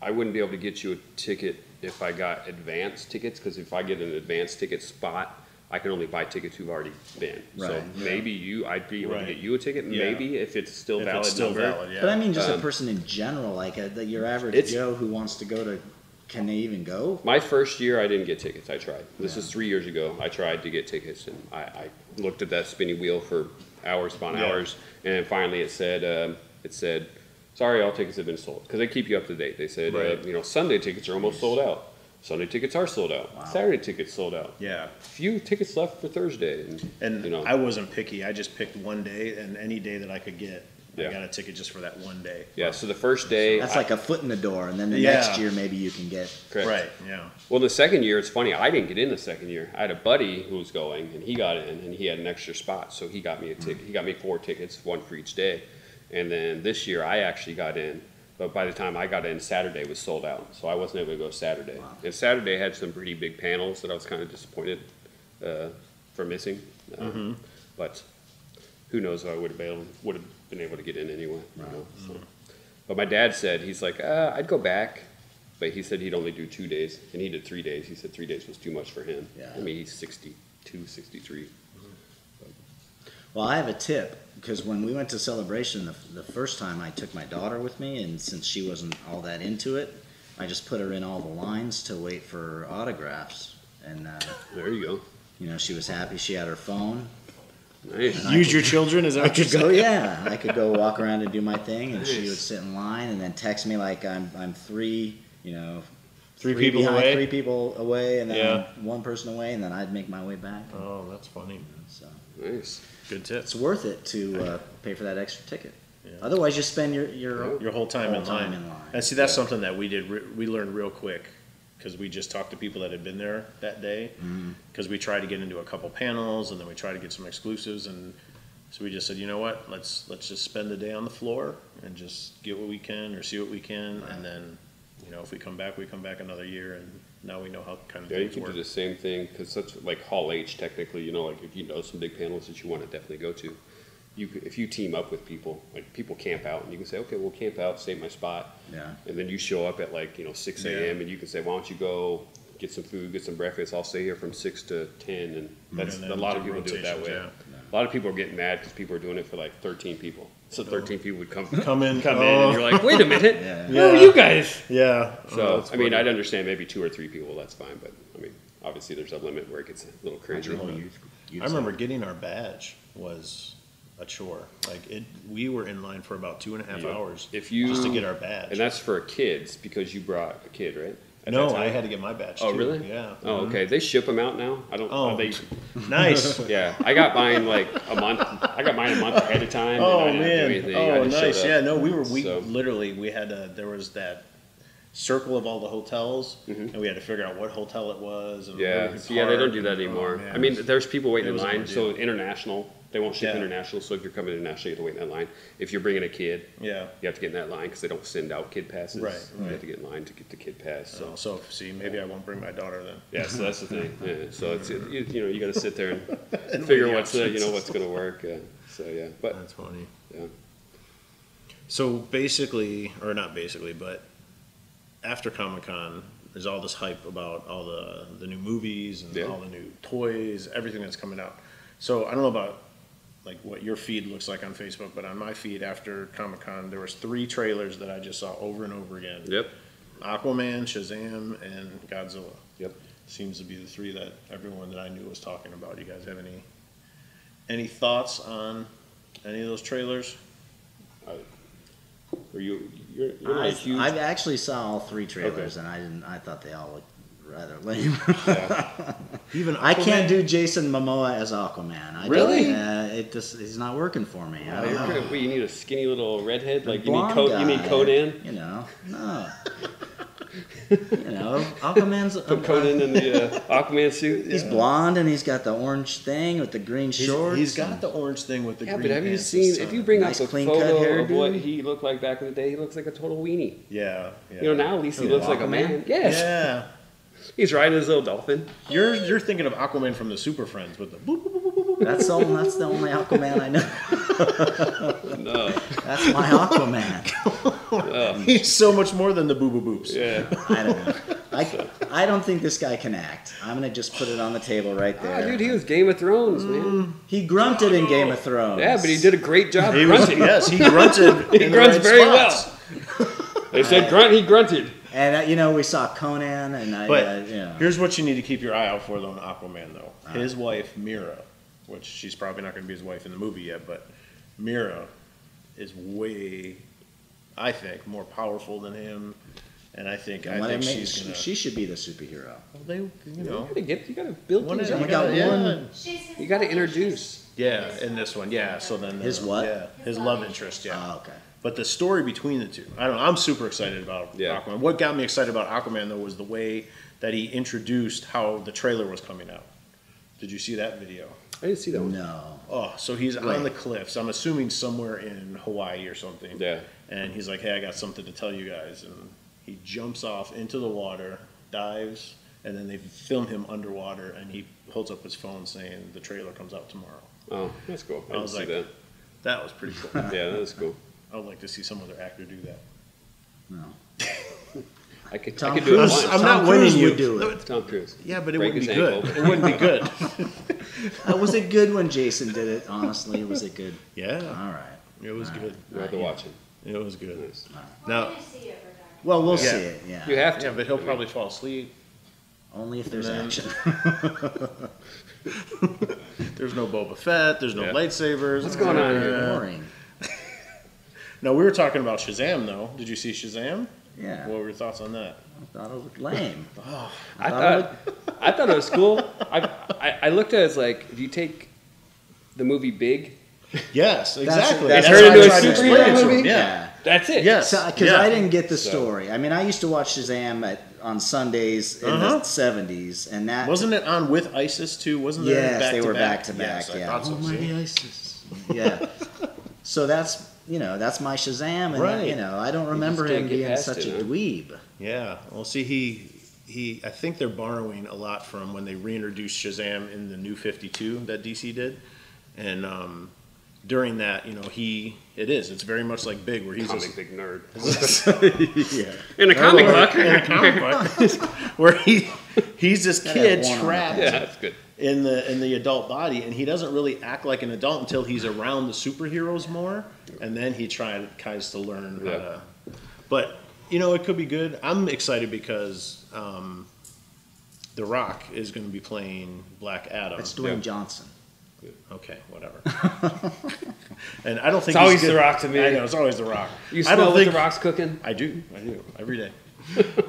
Speaker 5: i wouldn't be able to get you a ticket if i got advance tickets because if i get an advance ticket spot i can only buy tickets who've already been so
Speaker 3: Right.
Speaker 5: maybe you i'd be able
Speaker 2: Right.
Speaker 5: to get you a ticket
Speaker 2: Yeah.
Speaker 5: maybe if it's still
Speaker 2: If
Speaker 5: valid
Speaker 2: it's still
Speaker 5: number.
Speaker 2: valid, yeah.
Speaker 3: but I mean, just a
Speaker 5: Um,
Speaker 3: person in general, like a, the, uh, your average
Speaker 5: it's-
Speaker 3: Joe who wants to go to can they even go?
Speaker 5: My first year, I didn't get tickets. I tried. This
Speaker 3: Yeah.
Speaker 5: was three years ago. I tried to get tickets, and I, I looked at that spinning wheel for hours upon
Speaker 2: Yeah.
Speaker 5: hours, and then finally it said, um, it said, sorry, all tickets have been sold because they keep you up to date. They said,
Speaker 2: Right.
Speaker 5: uh, you know, Sunday tickets are almost sold out. Sunday tickets are sold out.
Speaker 3: Wow.
Speaker 5: Saturday tickets sold out.
Speaker 2: Yeah.
Speaker 5: Few tickets left for Thursday, and,
Speaker 2: And
Speaker 5: you know,
Speaker 2: I wasn't picky. I just picked one day, and any day that I could get, I
Speaker 5: Yeah.
Speaker 2: got a ticket just for that one day.
Speaker 5: yeah. So the first day,
Speaker 3: That's
Speaker 5: I-
Speaker 3: like a foot in the door, and then the
Speaker 2: Yeah.
Speaker 3: next year maybe you can get.
Speaker 5: correct.
Speaker 2: Right. Yeah.
Speaker 5: Well, the second year, it's funny. I didn't get in the second year. I had a buddy who was going, and he got in, and he had an extra spot, so he got me a ticket. He got me four tickets, one for each day. And then this year, I actually got in, but by the time I got in, Saturday was sold out, so I wasn't able to go Saturday.
Speaker 3: Wow.
Speaker 5: And Saturday had some pretty big panels that I was kind of disappointed uh, for missing. Um,
Speaker 3: Mm-hmm.
Speaker 5: But who knows if I would have been able, would have been able to get in anyway. You know,
Speaker 3: Mm-hmm.
Speaker 5: so. But my dad said he's like, uh, I'd go back, but he said he'd only do two days, and he did three days. He said three days was too much for him.
Speaker 3: Yeah.
Speaker 5: I mean, he's 62, 63.
Speaker 3: Well, I have a tip because when we went to celebration the, the first time, I took my daughter with me, and since she wasn't all that into it, I just put her in all the lines to wait for autographs, and uh,
Speaker 5: There you
Speaker 3: you know she was happy. She had her phone.
Speaker 5: go. Nice.
Speaker 2: Use your children as I
Speaker 3: I could go, yeah. I could go walk around and do my thing, and she
Speaker 5: Nice.
Speaker 3: would sit in line and then text me like I'm I'm three, you know,
Speaker 2: Three people
Speaker 3: behind,
Speaker 2: away?
Speaker 3: three people away, and then
Speaker 2: Yeah.
Speaker 3: I'm one person away, and then I'd make my way back.
Speaker 2: Oh, that's funny.
Speaker 3: So
Speaker 5: Nice.
Speaker 2: Good tip.
Speaker 3: it's worth it to uh, pay for that extra ticket.
Speaker 2: Yeah.
Speaker 3: Otherwise, you spend your your
Speaker 2: Your whole time
Speaker 3: whole
Speaker 2: in line.
Speaker 3: time in line.
Speaker 2: And see, that's
Speaker 5: Yeah.
Speaker 2: something that we did. Re- we learned real quick because we just talked to people that had been there that day.
Speaker 5: Mm-hmm.
Speaker 2: Because we tried to get into a couple panels, and then we tried to get some exclusives, and so we just said, you know what? Let's let's just spend the day on the floor and just get what we can or see what we can, and then you know if we come back, we come back another year, and now we know how kind of
Speaker 5: Yeah, you
Speaker 2: things
Speaker 5: can do
Speaker 2: work.
Speaker 5: the same thing because that's like Hall H technically. You know, like if you know some big panels that you want to definitely go to, you c- if you team up with people, like people camp out, and you can say, okay, we'll camp out, save my spot,
Speaker 3: yeah.
Speaker 5: and then you show up at like you know six
Speaker 2: Yeah.
Speaker 5: a.m. and you can say, why don't you go get some food, get some breakfast? I'll stay here from six to ten, and that's
Speaker 2: Mm-hmm. And then
Speaker 5: a lot of
Speaker 2: do
Speaker 5: people do it that way.
Speaker 2: rotations,
Speaker 5: A lot of people are getting mad because people are doing it for like thirteen people. So thirteen people would come come
Speaker 2: Oh. Come in, Oh,
Speaker 5: in, and you're like, wait a minute,
Speaker 3: Yeah.
Speaker 5: who are you guys?
Speaker 2: yeah. Oh,
Speaker 5: So
Speaker 2: that's
Speaker 5: I mean,
Speaker 2: funny.
Speaker 5: I'd understand maybe two or three people. That's fine, but I mean, obviously there's a limit where it gets a little crazy.
Speaker 3: Your whole youth- youth
Speaker 2: I remember getting our badge was a chore. Like it, we were in line for about two and a half
Speaker 5: Yeah.
Speaker 2: hours
Speaker 5: If you
Speaker 2: just to get our badge.
Speaker 5: and that's for kids because you brought a kid, right? At that
Speaker 2: no,
Speaker 5: time?
Speaker 2: I had to get my badge.
Speaker 5: Oh
Speaker 2: too.
Speaker 5: really?
Speaker 2: Yeah.
Speaker 5: Oh okay. They ship them out now. I don't.
Speaker 2: Oh.
Speaker 5: Oh. They,
Speaker 2: nice.
Speaker 5: yeah. I got mine like a month. I got mine a month ahead of time. and I
Speaker 2: Oh
Speaker 5: didn't do
Speaker 2: man.
Speaker 5: anything. I
Speaker 2: Oh
Speaker 5: just showed
Speaker 2: nice.
Speaker 5: up.
Speaker 2: Yeah. No, we were. We
Speaker 5: So-
Speaker 2: literally we had a, there was that circle of all the hotels, and we had to figure out what hotel it was. And where we
Speaker 5: Mm-hmm. Yeah,
Speaker 2: could
Speaker 5: so yeah, they
Speaker 2: park,
Speaker 5: don't do that
Speaker 2: and- oh,
Speaker 5: anymore.
Speaker 2: man,
Speaker 5: I
Speaker 2: it
Speaker 5: mean,
Speaker 2: was-
Speaker 5: there's people
Speaker 2: it
Speaker 5: waiting in
Speaker 2: was an
Speaker 5: line, so
Speaker 2: ordeal.
Speaker 5: international, they won't ship
Speaker 2: Yeah.
Speaker 5: international, so if you're coming international, you have to wait in that line. If you're bringing a kid,
Speaker 2: yeah.
Speaker 5: you have to get in that line, because they don't send out kid passes.
Speaker 2: Right,
Speaker 5: You
Speaker 2: right. Oh.
Speaker 5: have to get in line to get the kid pass,
Speaker 2: So,
Speaker 5: so,
Speaker 2: so see, maybe I won't bring my daughter then.
Speaker 5: yeah, so that's the thing, yeah, so it's, you, you know, you gotta sit there and figure
Speaker 2: weigh
Speaker 5: what's, uh, you know,
Speaker 2: options.
Speaker 5: what's gonna work, yeah, so, yeah, but,
Speaker 2: That's funny.
Speaker 5: yeah.
Speaker 2: So basically, or not basically, but after Comic Con, there's all this hype about all the the new movies and
Speaker 5: Yeah.
Speaker 2: all the new toys, everything that's coming out. So I don't know about like what your feed looks like on Facebook, but on my feed after Comic Con, there was three trailers that I just saw over and over again:
Speaker 5: Yep,
Speaker 2: Aquaman, Shazam, and Godzilla.
Speaker 5: Yep.
Speaker 2: Seems to be the three that everyone that I knew was talking about. You guys have any any thoughts on any of those trailers?
Speaker 5: are you, you're, you're not a
Speaker 3: I,
Speaker 5: huge.
Speaker 3: I actually saw all three trailers, and I didn't. I thought they all looked rather lame.
Speaker 2: Even
Speaker 3: I can't do Jason Momoa as Aquaman. I
Speaker 5: Really?
Speaker 3: don't- Uh, it just he's not working for me. I
Speaker 5: Oh,
Speaker 3: don't
Speaker 5: you're
Speaker 3: know.
Speaker 5: kinda- What, you need a skinny little redhead, like, you need
Speaker 3: Blonde
Speaker 5: Co, you need
Speaker 3: guy,
Speaker 5: Conan?
Speaker 3: You know, no. you know, Aquaman's
Speaker 5: Put Conan in the, uh, Aquaman suit?
Speaker 3: He's
Speaker 5: Yeah.
Speaker 3: blonde and he's got the orange thing with the green shorts.
Speaker 2: he's got
Speaker 3: and-
Speaker 2: the orange thing with the
Speaker 5: Yeah,
Speaker 2: green.
Speaker 5: but have you
Speaker 2: pants
Speaker 5: seen?
Speaker 2: this
Speaker 5: If
Speaker 2: time.
Speaker 5: you bring
Speaker 3: Nice
Speaker 5: up a
Speaker 3: clean-cut
Speaker 5: photo of
Speaker 3: hairdo.
Speaker 5: what he looked like back in the day, he looks like a total weenie.
Speaker 2: yeah, yeah.
Speaker 5: You know, now at least he
Speaker 3: Who,
Speaker 5: looks like a
Speaker 3: Aquaman?
Speaker 5: man. Yes,
Speaker 2: Yeah,
Speaker 5: he's riding his little dolphin.
Speaker 2: you're you're thinking of Aquaman from the Super Friends with the boop boop boop boop boop. boop.
Speaker 3: That's the only, that's the only Aquaman I know.
Speaker 5: No,
Speaker 3: That's my Aquaman.
Speaker 2: He's so much more than the boo boo boops.
Speaker 5: yeah,
Speaker 3: I don't know. I, I don't think this guy can act. I'm gonna just put it on the table right
Speaker 5: Ah,
Speaker 3: there.
Speaker 5: dude, he was Game of Thrones, man.
Speaker 3: He grunted in Game of Thrones.
Speaker 5: Yeah, but he did a great job
Speaker 2: He was
Speaker 5: grunting.
Speaker 2: yes, he grunted.
Speaker 5: He
Speaker 2: in the
Speaker 5: grunts
Speaker 2: right
Speaker 5: very
Speaker 2: spots.
Speaker 5: well. They said grunt, he grunted.
Speaker 3: and uh, you know we saw Conan, and I,
Speaker 2: But
Speaker 3: uh, you know,
Speaker 2: here's what you need to keep your eye out for, though, in Aquaman, though. His wife, Mira, which she's probably not going to be his wife in the movie yet, but Mira is way, I think, more powerful than him. And I think I
Speaker 3: what
Speaker 2: think
Speaker 3: it ma-
Speaker 2: she's uh, gonna.
Speaker 3: she should be the superhero.
Speaker 2: well, they, you
Speaker 5: You
Speaker 2: know,
Speaker 5: gotta get, you gotta build
Speaker 2: one
Speaker 5: things
Speaker 2: is-
Speaker 5: up.
Speaker 3: only
Speaker 2: you
Speaker 3: got
Speaker 2: gotta- yeah.
Speaker 3: one.
Speaker 4: She's his
Speaker 5: You gotta
Speaker 4: love interest.
Speaker 5: introduce.
Speaker 2: Yeah, in this one, yeah. So then the-
Speaker 3: His what?
Speaker 2: Yeah, his love interest. Yeah.
Speaker 3: Oh, okay.
Speaker 2: But the story between the two, I don't know. I'm super excited about
Speaker 5: Yeah.
Speaker 2: Aquaman. What got me excited about Aquaman though was the way that he introduced how the trailer was coming out. Did you see that video?
Speaker 5: I didn't see that one.
Speaker 3: No.
Speaker 2: Oh, so he's
Speaker 3: Right.
Speaker 2: on the cliffs. I'm assuming somewhere in Hawaii or something.
Speaker 5: Yeah.
Speaker 2: And he's like, "Hey, I got something to tell you guys." And he jumps off into the water, dives, and then they film him underwater. And he holds up his phone saying, "The trailer comes out tomorrow."
Speaker 5: Oh, that's cool. I
Speaker 2: I
Speaker 5: didn't
Speaker 2: was
Speaker 5: see
Speaker 2: like- uh,
Speaker 5: that.
Speaker 2: That was pretty cool.
Speaker 5: Yeah, that was cool.
Speaker 2: I would like to see some other actor do that.
Speaker 5: I could, I
Speaker 3: Tom
Speaker 5: could do it
Speaker 3: Cruise-
Speaker 5: once.
Speaker 2: I'm
Speaker 3: Tom
Speaker 2: not
Speaker 3: Cruise
Speaker 2: winning you.
Speaker 3: would do it.
Speaker 5: Tom Cruise.
Speaker 2: Yeah, but it
Speaker 5: Break
Speaker 2: wouldn't
Speaker 5: his
Speaker 2: be good.
Speaker 5: ankle.
Speaker 2: It wouldn't be good.
Speaker 3: That Uh, was it good when Jason did it? Honestly, was it good? All
Speaker 2: yeah,
Speaker 3: right.
Speaker 2: it was good.
Speaker 5: You have to watch him.
Speaker 2: It was good.
Speaker 5: Nice.
Speaker 4: We're
Speaker 2: Now,
Speaker 4: gonna see it regardless.
Speaker 3: Well, we'll
Speaker 2: Yeah.
Speaker 3: see it. Yeah.
Speaker 5: You have to.
Speaker 2: yeah, but he'll
Speaker 5: I mean,
Speaker 2: probably fall asleep.
Speaker 3: Only if there's
Speaker 2: Then-
Speaker 3: action.
Speaker 2: There's no Boba Fett. There's no
Speaker 5: Yeah.
Speaker 2: lightsabers.
Speaker 5: What's going on here?
Speaker 3: Boring.
Speaker 2: Now we were talking about Shazam, though. Did you see Shazam?
Speaker 3: Yeah.
Speaker 2: What were your thoughts on that?
Speaker 3: I thought it looked lame.
Speaker 5: I
Speaker 3: thought it
Speaker 5: thought, I thought it was cool. I, I, I looked at it as like, if you take the movie Big,
Speaker 2: Yes, exactly.
Speaker 5: that's
Speaker 2: what
Speaker 5: turned
Speaker 2: I
Speaker 5: into a
Speaker 2: tried to
Speaker 5: superhero
Speaker 2: explain to him.
Speaker 5: movie?
Speaker 2: Yeah.
Speaker 5: that's it.
Speaker 2: Yes.
Speaker 3: Because
Speaker 2: yeah.
Speaker 3: I didn't get the
Speaker 5: So-
Speaker 3: story. I mean, I used to watch Shazam at, on Sundays in the
Speaker 2: Uh-huh.
Speaker 3: 70s, and that
Speaker 2: Wasn't it on with ISIS too? Wasn't there?
Speaker 3: Yes,
Speaker 2: back
Speaker 3: they
Speaker 2: to
Speaker 3: were back to
Speaker 2: Yes,
Speaker 3: back.
Speaker 2: I
Speaker 3: Yeah. Oh
Speaker 2: thought so, see?
Speaker 3: ISIS. Yeah. so that's you know that's my Shazam, and
Speaker 2: Right. Oh,
Speaker 3: you know I don't remember
Speaker 5: can't
Speaker 3: him
Speaker 5: get
Speaker 3: being
Speaker 5: past
Speaker 3: such
Speaker 5: it,
Speaker 3: a
Speaker 5: huh?
Speaker 3: dweeb.
Speaker 2: Yeah. Well, see, he he. I think they're borrowing a lot from when they reintroduced Shazam in the New Fifty Two that DC did, and um, during that, you know, he it is. It's very much like Big, where he's
Speaker 5: Comic
Speaker 2: just,
Speaker 5: big nerd.
Speaker 2: yeah.
Speaker 5: In a comic
Speaker 2: Or
Speaker 5: book.
Speaker 2: in a comic book, where he he's this
Speaker 3: Gotta
Speaker 2: kid
Speaker 3: have one on
Speaker 2: trapped
Speaker 5: Yeah, that's good.
Speaker 2: in the in the adult body, and he doesn't really act like an adult until he's around the superheroes more, and then he tries tries to learn how
Speaker 5: Yeah.
Speaker 2: to. But you know, it could be good. I'm excited because um, The Rock is going to be playing Black Adam.
Speaker 3: That's Dwayne
Speaker 5: Yeah.
Speaker 3: Johnson.
Speaker 2: okay, whatever. and I don't think
Speaker 5: It's always
Speaker 2: he's
Speaker 5: The
Speaker 2: good-
Speaker 5: Rock to me.
Speaker 2: I know it's always The Rock.
Speaker 5: You
Speaker 2: I
Speaker 5: smell
Speaker 2: don't
Speaker 5: what
Speaker 2: think
Speaker 5: the rock's cooking?
Speaker 2: I do. I do every day.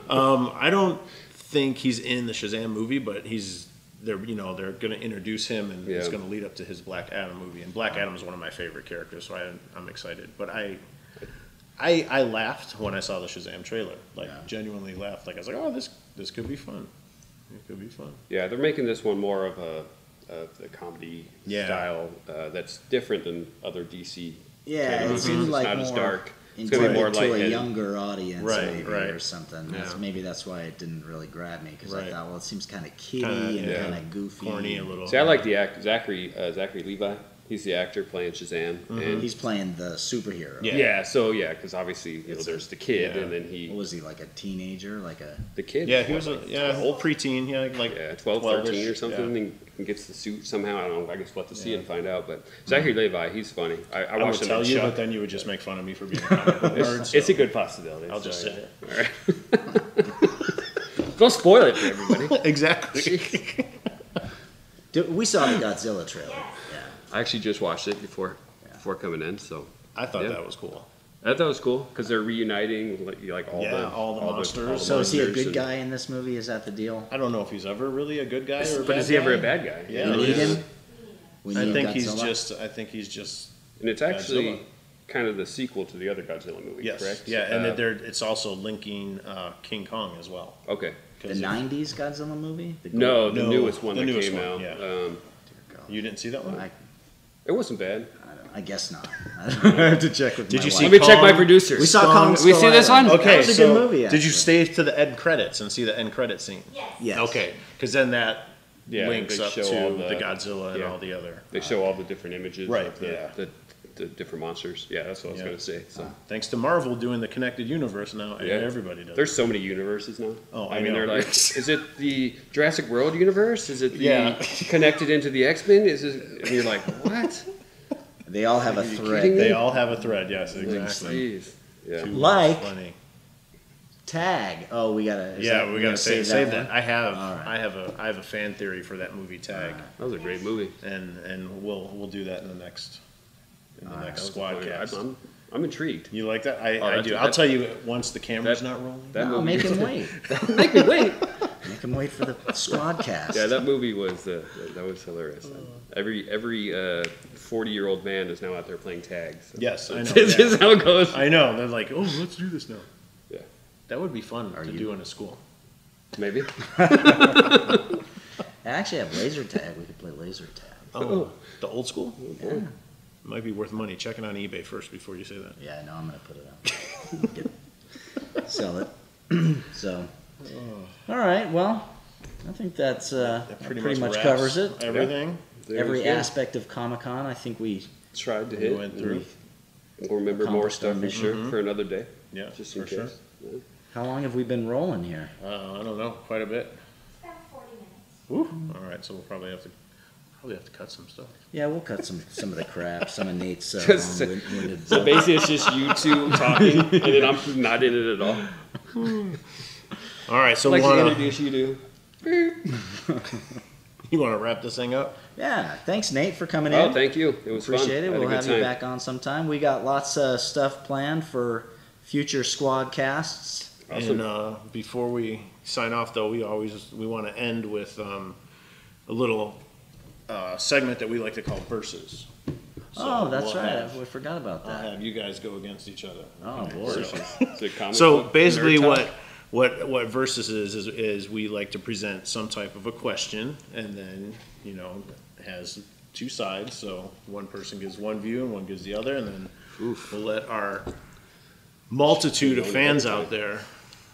Speaker 2: um, I don't think he's in the Shazam movie, but he's they're you know they're going to introduce him and it's
Speaker 5: Yeah.
Speaker 2: going to lead up to his Black Adam movie. And Black Adam is one of my favorite characters, so I, I'm excited. But I. I, I laughed when I saw the Shazam trailer. Like
Speaker 3: Yeah.
Speaker 2: genuinely laughed. Like I was like, "Oh, this this could be fun. It could be fun."
Speaker 5: Yeah, they're making this one more of a, of a comedy
Speaker 2: Yeah.
Speaker 5: style uh, that's different than other DC.
Speaker 3: Yeah,
Speaker 5: kind of
Speaker 3: it
Speaker 5: movies.
Speaker 3: seemed
Speaker 5: it's
Speaker 3: like
Speaker 5: not as
Speaker 3: more
Speaker 5: dark. It's gonna be
Speaker 3: intended
Speaker 5: more
Speaker 3: to a
Speaker 5: lightheaded.
Speaker 3: younger audience,
Speaker 2: Right,
Speaker 3: maybe,
Speaker 2: right.
Speaker 3: or something. That's,
Speaker 2: Yeah.
Speaker 3: maybe that's why it didn't really grab me because I
Speaker 2: Right.
Speaker 3: thought, well, it seems kind of kiddie
Speaker 2: Kinda,
Speaker 3: and
Speaker 5: yeah.
Speaker 3: kind of goofy.
Speaker 2: Corny a little.
Speaker 5: See, I like the act Zachary uh, Zachary Levi. He's the actor playing Shazam, and
Speaker 3: He's playing the superhero.
Speaker 2: Mm-hmm. Yeah.
Speaker 5: yeah. So yeah, because obviously you know,
Speaker 2: It's a-
Speaker 5: there's the kid,
Speaker 2: yeah.
Speaker 5: and then he
Speaker 3: What was he like a teenager? Like a
Speaker 5: the kid.
Speaker 2: Yeah,
Speaker 5: is
Speaker 2: he
Speaker 5: what,
Speaker 2: was a
Speaker 5: like,
Speaker 2: yeah old preteen. Yeah, like
Speaker 5: yeah, 12,
Speaker 2: 12-ish,
Speaker 5: 13 or
Speaker 2: yeah.
Speaker 5: something, and and gets the suit somehow. I don't know. I guess we'll have to see it and find out. But Zachary Levi, he's funny. I, I
Speaker 2: I would
Speaker 5: watched
Speaker 2: Mm-hmm.
Speaker 5: him.
Speaker 2: tell
Speaker 5: on
Speaker 2: you, but
Speaker 5: Chuck.
Speaker 2: then you would just make fun of me for being a comic book nerd.
Speaker 5: It's a good possibility.
Speaker 2: I'll just
Speaker 5: so,
Speaker 2: say it.
Speaker 5: yeah. All right. Don't spoil it for everybody.
Speaker 2: exactly.
Speaker 3: Dude, we saw the Godzilla trailer.
Speaker 4: Yes.
Speaker 5: I actually just watched it before before coming in, so
Speaker 2: I thought
Speaker 5: Yeah.
Speaker 2: that was cool.
Speaker 5: I thought it was cool because they're reuniting like, like all
Speaker 2: Yeah,
Speaker 5: the
Speaker 2: all the monsters.
Speaker 3: So is he a
Speaker 5: monsters
Speaker 3: good
Speaker 5: and-
Speaker 3: guy in this movie? Is that the deal?
Speaker 2: I don't know if he's ever really a good guy or a
Speaker 5: But
Speaker 2: bad
Speaker 5: is he ever a
Speaker 2: guy.
Speaker 5: bad guy?
Speaker 2: Yeah.
Speaker 3: We
Speaker 5: And
Speaker 2: he
Speaker 3: need
Speaker 5: it's-
Speaker 2: is.
Speaker 3: him. We
Speaker 2: I
Speaker 3: need
Speaker 2: think
Speaker 3: Godzilla.
Speaker 2: he's just. I think he's just.
Speaker 5: And it's actually
Speaker 2: Godzilla.
Speaker 5: kind of the sequel to the other Godzilla movie,
Speaker 2: Yes.
Speaker 5: correct?
Speaker 2: Yeah, and
Speaker 5: Uh,
Speaker 2: that they're, it's also linking uh, King Kong as well.
Speaker 5: okay.
Speaker 2: 'Cause
Speaker 3: the
Speaker 2: if-
Speaker 3: '90s Godzilla movie. The
Speaker 5: No, the
Speaker 2: No,
Speaker 5: newest one
Speaker 2: the
Speaker 5: that
Speaker 2: newest
Speaker 5: came
Speaker 2: one,
Speaker 5: out.
Speaker 2: yeah.
Speaker 5: Um,
Speaker 2: You didn't see that one?
Speaker 3: I,
Speaker 5: it wasn't bad.
Speaker 3: I, don't, I guess not. I have to check with.
Speaker 2: Did
Speaker 3: my
Speaker 2: you
Speaker 3: wife.
Speaker 2: see
Speaker 5: Let me check my
Speaker 2: Kong-
Speaker 5: producers.
Speaker 3: We saw
Speaker 2: Skull-
Speaker 3: Kong.
Speaker 5: we see this one?
Speaker 2: okay,
Speaker 3: that was a
Speaker 2: so
Speaker 3: good movie.
Speaker 2: did you stay to the end credits and see the end credit scene?
Speaker 4: Yes.
Speaker 3: Yeah.
Speaker 2: Okay, because then that
Speaker 5: Yeah,
Speaker 2: links
Speaker 5: they
Speaker 2: up to
Speaker 5: show all
Speaker 2: the,
Speaker 5: the-
Speaker 2: Godzilla and
Speaker 5: yeah.
Speaker 2: all the other.
Speaker 5: They show all the different images
Speaker 2: Right,
Speaker 5: of the,
Speaker 2: yeah.
Speaker 5: the, the different monsters. Yeah, that's what I was
Speaker 2: Yeah. Uh-huh.
Speaker 5: going to say. So
Speaker 2: Thanks to Marvel doing the connected universe now,
Speaker 5: Yeah.
Speaker 2: everybody does.
Speaker 5: There's so many universes now.
Speaker 2: Oh, I know.
Speaker 5: mean, they're like, is it the Jurassic World universe? Is it the
Speaker 2: Yeah.
Speaker 5: connected into the X Men? Is it? And you're like, what?
Speaker 3: They all have a
Speaker 5: you
Speaker 3: thread.
Speaker 5: kidding me?
Speaker 2: they all have a thread. Yes, exactly.
Speaker 5: Jeez. Yeah.
Speaker 2: Too
Speaker 3: Like-
Speaker 2: funny.
Speaker 3: tag? Oh, we gotta. is
Speaker 2: yeah,
Speaker 3: that-
Speaker 2: we gotta save, save that.
Speaker 3: one?
Speaker 2: I have
Speaker 3: All right.
Speaker 2: I have a I have a fan theory for that movie tag,
Speaker 5: That was a great movie.
Speaker 2: and and we'll we'll do that in the next in the
Speaker 3: All right,
Speaker 2: next
Speaker 5: Uh, That was a great-
Speaker 2: squadcast.
Speaker 5: I'm, I'm intrigued.
Speaker 2: You like that? I,
Speaker 5: Oh,
Speaker 2: I
Speaker 5: that's-
Speaker 2: do. I'll
Speaker 5: that's-
Speaker 2: tell you once the camera's
Speaker 5: that-
Speaker 2: not rolling.
Speaker 5: That
Speaker 3: No,
Speaker 5: movie.
Speaker 3: make him wait.
Speaker 5: Make me wait.
Speaker 3: Make him wait for the squad cast.
Speaker 5: Yeah, that movie was uh, that- that was hilarious.
Speaker 3: Oh.
Speaker 5: Every every uh, forty year old man is now out there playing tag. So.
Speaker 2: Yes, I know.
Speaker 5: this
Speaker 2: yeah.
Speaker 5: is how it goes.
Speaker 2: I know. They're like, oh, let's do this now.
Speaker 5: Yeah.
Speaker 2: That would be fun
Speaker 3: Are
Speaker 2: to
Speaker 3: you-
Speaker 2: do in a school.
Speaker 5: Maybe.
Speaker 3: I actually have laser tag. We could play laser tag.
Speaker 2: Oh, the old school
Speaker 3: Yeah,
Speaker 2: might be worth money. Check it on eBay first before you say that.
Speaker 3: yeah I know. I'm gonna put it up. Get it. Sell it. so, all right. Well, I think that's uh, that pretty, much,
Speaker 2: wraps
Speaker 3: covers it.
Speaker 2: Everything.
Speaker 3: Every
Speaker 5: There's-
Speaker 3: aspect of Comic Con, I think we
Speaker 5: tried to
Speaker 2: We
Speaker 5: hit.
Speaker 2: went through.
Speaker 5: We'll remember more
Speaker 3: Accomplished our
Speaker 5: stuff. I'm
Speaker 3: mission.
Speaker 5: sure for another day.
Speaker 2: Yeah,
Speaker 5: Just in
Speaker 2: for sure.
Speaker 5: case. Yeah.
Speaker 3: How long have we been rolling here?
Speaker 2: Uh, I don't know, quite a bit.
Speaker 4: About 40 minutes.
Speaker 2: Woo. All right, so we'll probably have to probably have to cut some stuff.
Speaker 3: Yeah, we'll cut some some of the crap, some of Nate's uh,
Speaker 5: Just-
Speaker 3: long-winded.
Speaker 5: So basically, it's just you two talking, and then I'm not in it at all.
Speaker 2: All right, so
Speaker 5: like
Speaker 2: wanna,
Speaker 5: to introduce you to.
Speaker 2: you want to wrap this thing up?
Speaker 3: yeah, thanks Nate for coming in.
Speaker 5: Oh, thank you. It was fun.
Speaker 3: Appreciate
Speaker 5: I
Speaker 3: it.
Speaker 5: had a
Speaker 3: We'll
Speaker 5: good
Speaker 3: have
Speaker 5: time.
Speaker 3: you back on sometime. We got lots of stuff planned for future squad casts.
Speaker 5: Awesome.
Speaker 2: And uh, before we sign off, though, we always we want to end with um, a little uh, segment that we like to call verses. So
Speaker 3: oh, that's
Speaker 2: we'll
Speaker 3: right.
Speaker 2: have-
Speaker 3: we forgot about
Speaker 2: I'll
Speaker 3: that.
Speaker 2: have you guys go against each other.
Speaker 3: Oh lord.
Speaker 2: So-
Speaker 5: It's a comic
Speaker 2: So
Speaker 5: book
Speaker 2: basically,
Speaker 5: nerd talk.
Speaker 2: what what what versus is, is is we like to present some type of a question, and then you know has two sides. So one person gives one view, and one gives the other, and then we'll let our multitude of
Speaker 5: Should've known
Speaker 2: fans
Speaker 5: ahead of
Speaker 2: out there,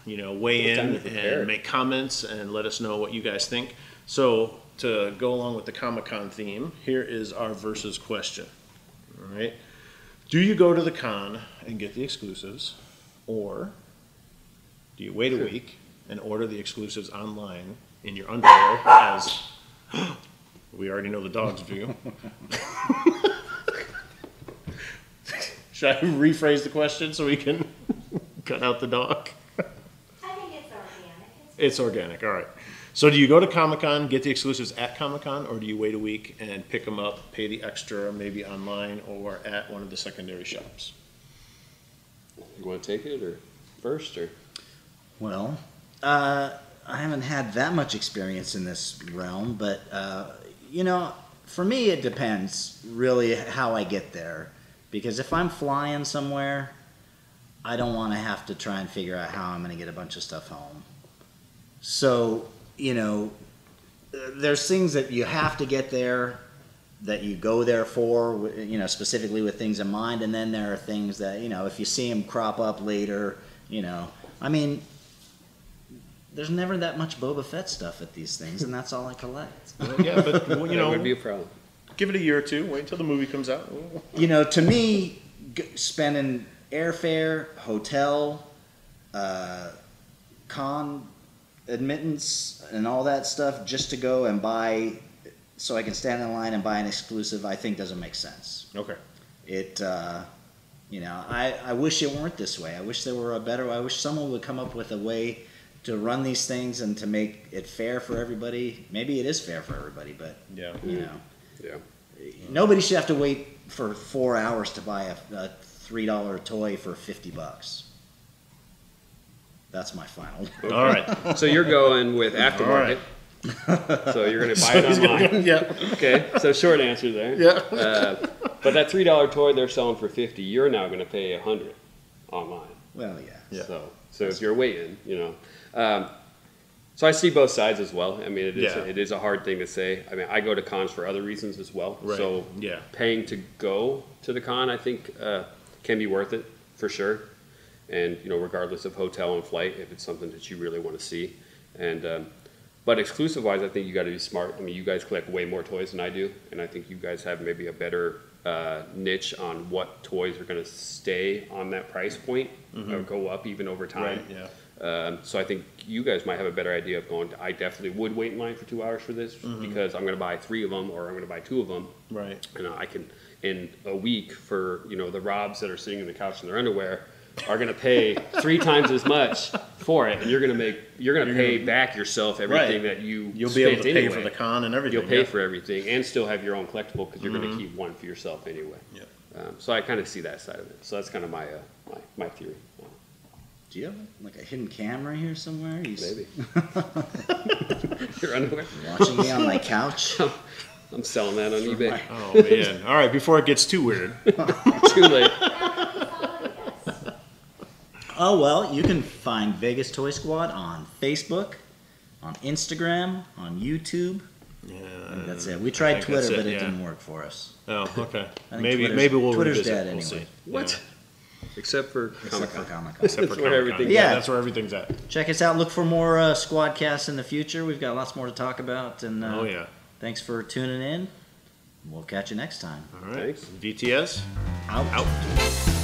Speaker 2: you know, weigh
Speaker 5: Took time
Speaker 2: in
Speaker 5: to prepare.
Speaker 2: and make comments and let us know what you guys think. So to go along with the Comic Con theme, here is our versus question. All right. Do you go to the con and get the exclusives, or do you wait a week and order the exclusives online in your underwear? As we already know the dog's view. Should I rephrase the question so we can cut out the dog?
Speaker 4: I think it's organic. It's
Speaker 2: It's organic. All right. So, do you go to Comic Con, get the exclusives at Comic Con, or do you wait a week and pick them up, pay the extra, maybe online or at one of the secondary shops?
Speaker 5: you want to take it or first or
Speaker 3: Well, uh, I haven't had that much experience in this realm, but uh, you know, for me, it depends really how I get there. Because if I'm flying somewhere, I don't want to have to try and figure out how I'm going to get a bunch of stuff home. So, you know, there's things that you have to get there that you go there for, you know, specifically with things in mind. And then there are things that, you know, if you see them crop up later, you know, I mean, there's never that much Boba Fett stuff at these things, and that's all I collect.
Speaker 2: yeah, but well, you
Speaker 5: that
Speaker 2: know,
Speaker 5: would be a problem.
Speaker 2: give it a year or two. Wait until the movie comes out.
Speaker 3: You know, to me, g- spending airfare, hotel, uh, con admittance, and all that stuff just to go and buy, so I can stand in line and buy an exclusive, I think doesn't make sense.
Speaker 2: Okay.
Speaker 3: it uh, you know I, I wish it weren't this way i wish there were a better i wish someone would come up with a way to run these things and to make it fair for everybody maybe it is fair for everybody but
Speaker 2: Yeah.
Speaker 3: you know
Speaker 5: Yeah.
Speaker 3: nobody should have to wait for four hours to buy a, a three dollar toy for 50 bucks that's my final
Speaker 2: All right.
Speaker 5: So you're going with aftermarket. So you're going to buy it online.
Speaker 2: yeah.
Speaker 5: Okay. So short answer there.
Speaker 2: Yeah.
Speaker 5: Uh, but that three dollar toy they're selling for fifty, you're now going to pay a hundred online.
Speaker 3: well yeah
Speaker 2: Yeah.
Speaker 5: So so if you're waiting, you know. Um, so I see both sides as well. I mean, it is
Speaker 2: Yeah.
Speaker 5: it is a hard thing to say. I mean, I go to cons for other reasons as well.
Speaker 2: Right.
Speaker 5: So
Speaker 2: Yeah.
Speaker 5: paying to go to the con, I think, uh, can be worth it for sure. And you know, regardless of hotel and flight, if it's something that you really want to see, and um, but exclusive wise, I think you got to be smart. I mean, you guys collect way more toys than I do, and I think you guys have maybe a better uh, niche on what toys are going to stay on that price point or go up even over time.
Speaker 2: Mm-hmm. Right. Yeah.
Speaker 5: Um, so I think you guys might have a better idea of going. I definitely would wait in line for two hours for this
Speaker 2: Mm-hmm.
Speaker 5: because I'm going to buy three of them or I'm going to buy two of them,
Speaker 2: Right.
Speaker 5: and I can in a week for you know the Robs that are sitting on the couch in their underwear. are going to pay three times as much for it, and you're going to make you're going to pay back yourself everything
Speaker 2: Right.
Speaker 5: that you
Speaker 2: You'll be
Speaker 5: spent
Speaker 2: able to pay
Speaker 5: anyway.
Speaker 2: for the con and everything.
Speaker 5: You'll pay
Speaker 2: yeah. Mm-hmm.
Speaker 5: for everything and still have your own collectible because you're going to keep one for yourself anyway.
Speaker 2: Yeah.
Speaker 5: Um, so I kind of see that side of it. So that's kind of my, uh, my my theory.
Speaker 3: Do you have like a hidden camera here somewhere? He's
Speaker 5: Maybe. Your underwear?
Speaker 3: watching me on my couch.
Speaker 5: I'm selling that on eBay.
Speaker 2: Oh man! All right, before it gets too weird,
Speaker 5: Too late.
Speaker 3: Oh well, you can find Vegas Toy Squad on Facebook, on Instagram, on YouTube. I think
Speaker 2: yeah.
Speaker 3: that's it. We
Speaker 2: Uh, I
Speaker 3: tried
Speaker 2: think
Speaker 3: Twitter,
Speaker 2: that's it,
Speaker 3: but it
Speaker 2: yeah.
Speaker 3: didn't work for us.
Speaker 2: Oh, okay.
Speaker 3: I think
Speaker 2: Maybe
Speaker 3: Twitter's-
Speaker 2: maybe we'll
Speaker 3: Twitter's
Speaker 2: revisit.
Speaker 3: dead
Speaker 2: we'll
Speaker 3: anyway.
Speaker 2: see.
Speaker 5: What? Except for Comic
Speaker 3: Except for
Speaker 5: Con.
Speaker 3: Comic Con.
Speaker 2: Except for
Speaker 5: That's where
Speaker 2: Comic-Con.
Speaker 5: everything-
Speaker 2: Yeah,
Speaker 3: Yeah.
Speaker 2: that's where everything's at.
Speaker 3: Check us out. Look for more uh, Squadcasts in the future. We've got lots more to talk about. And uh,
Speaker 2: Oh yeah.
Speaker 3: thanks for tuning in. We'll catch you next time.
Speaker 2: All right.
Speaker 5: Thanks.
Speaker 2: VTS.
Speaker 3: Out.
Speaker 2: Out.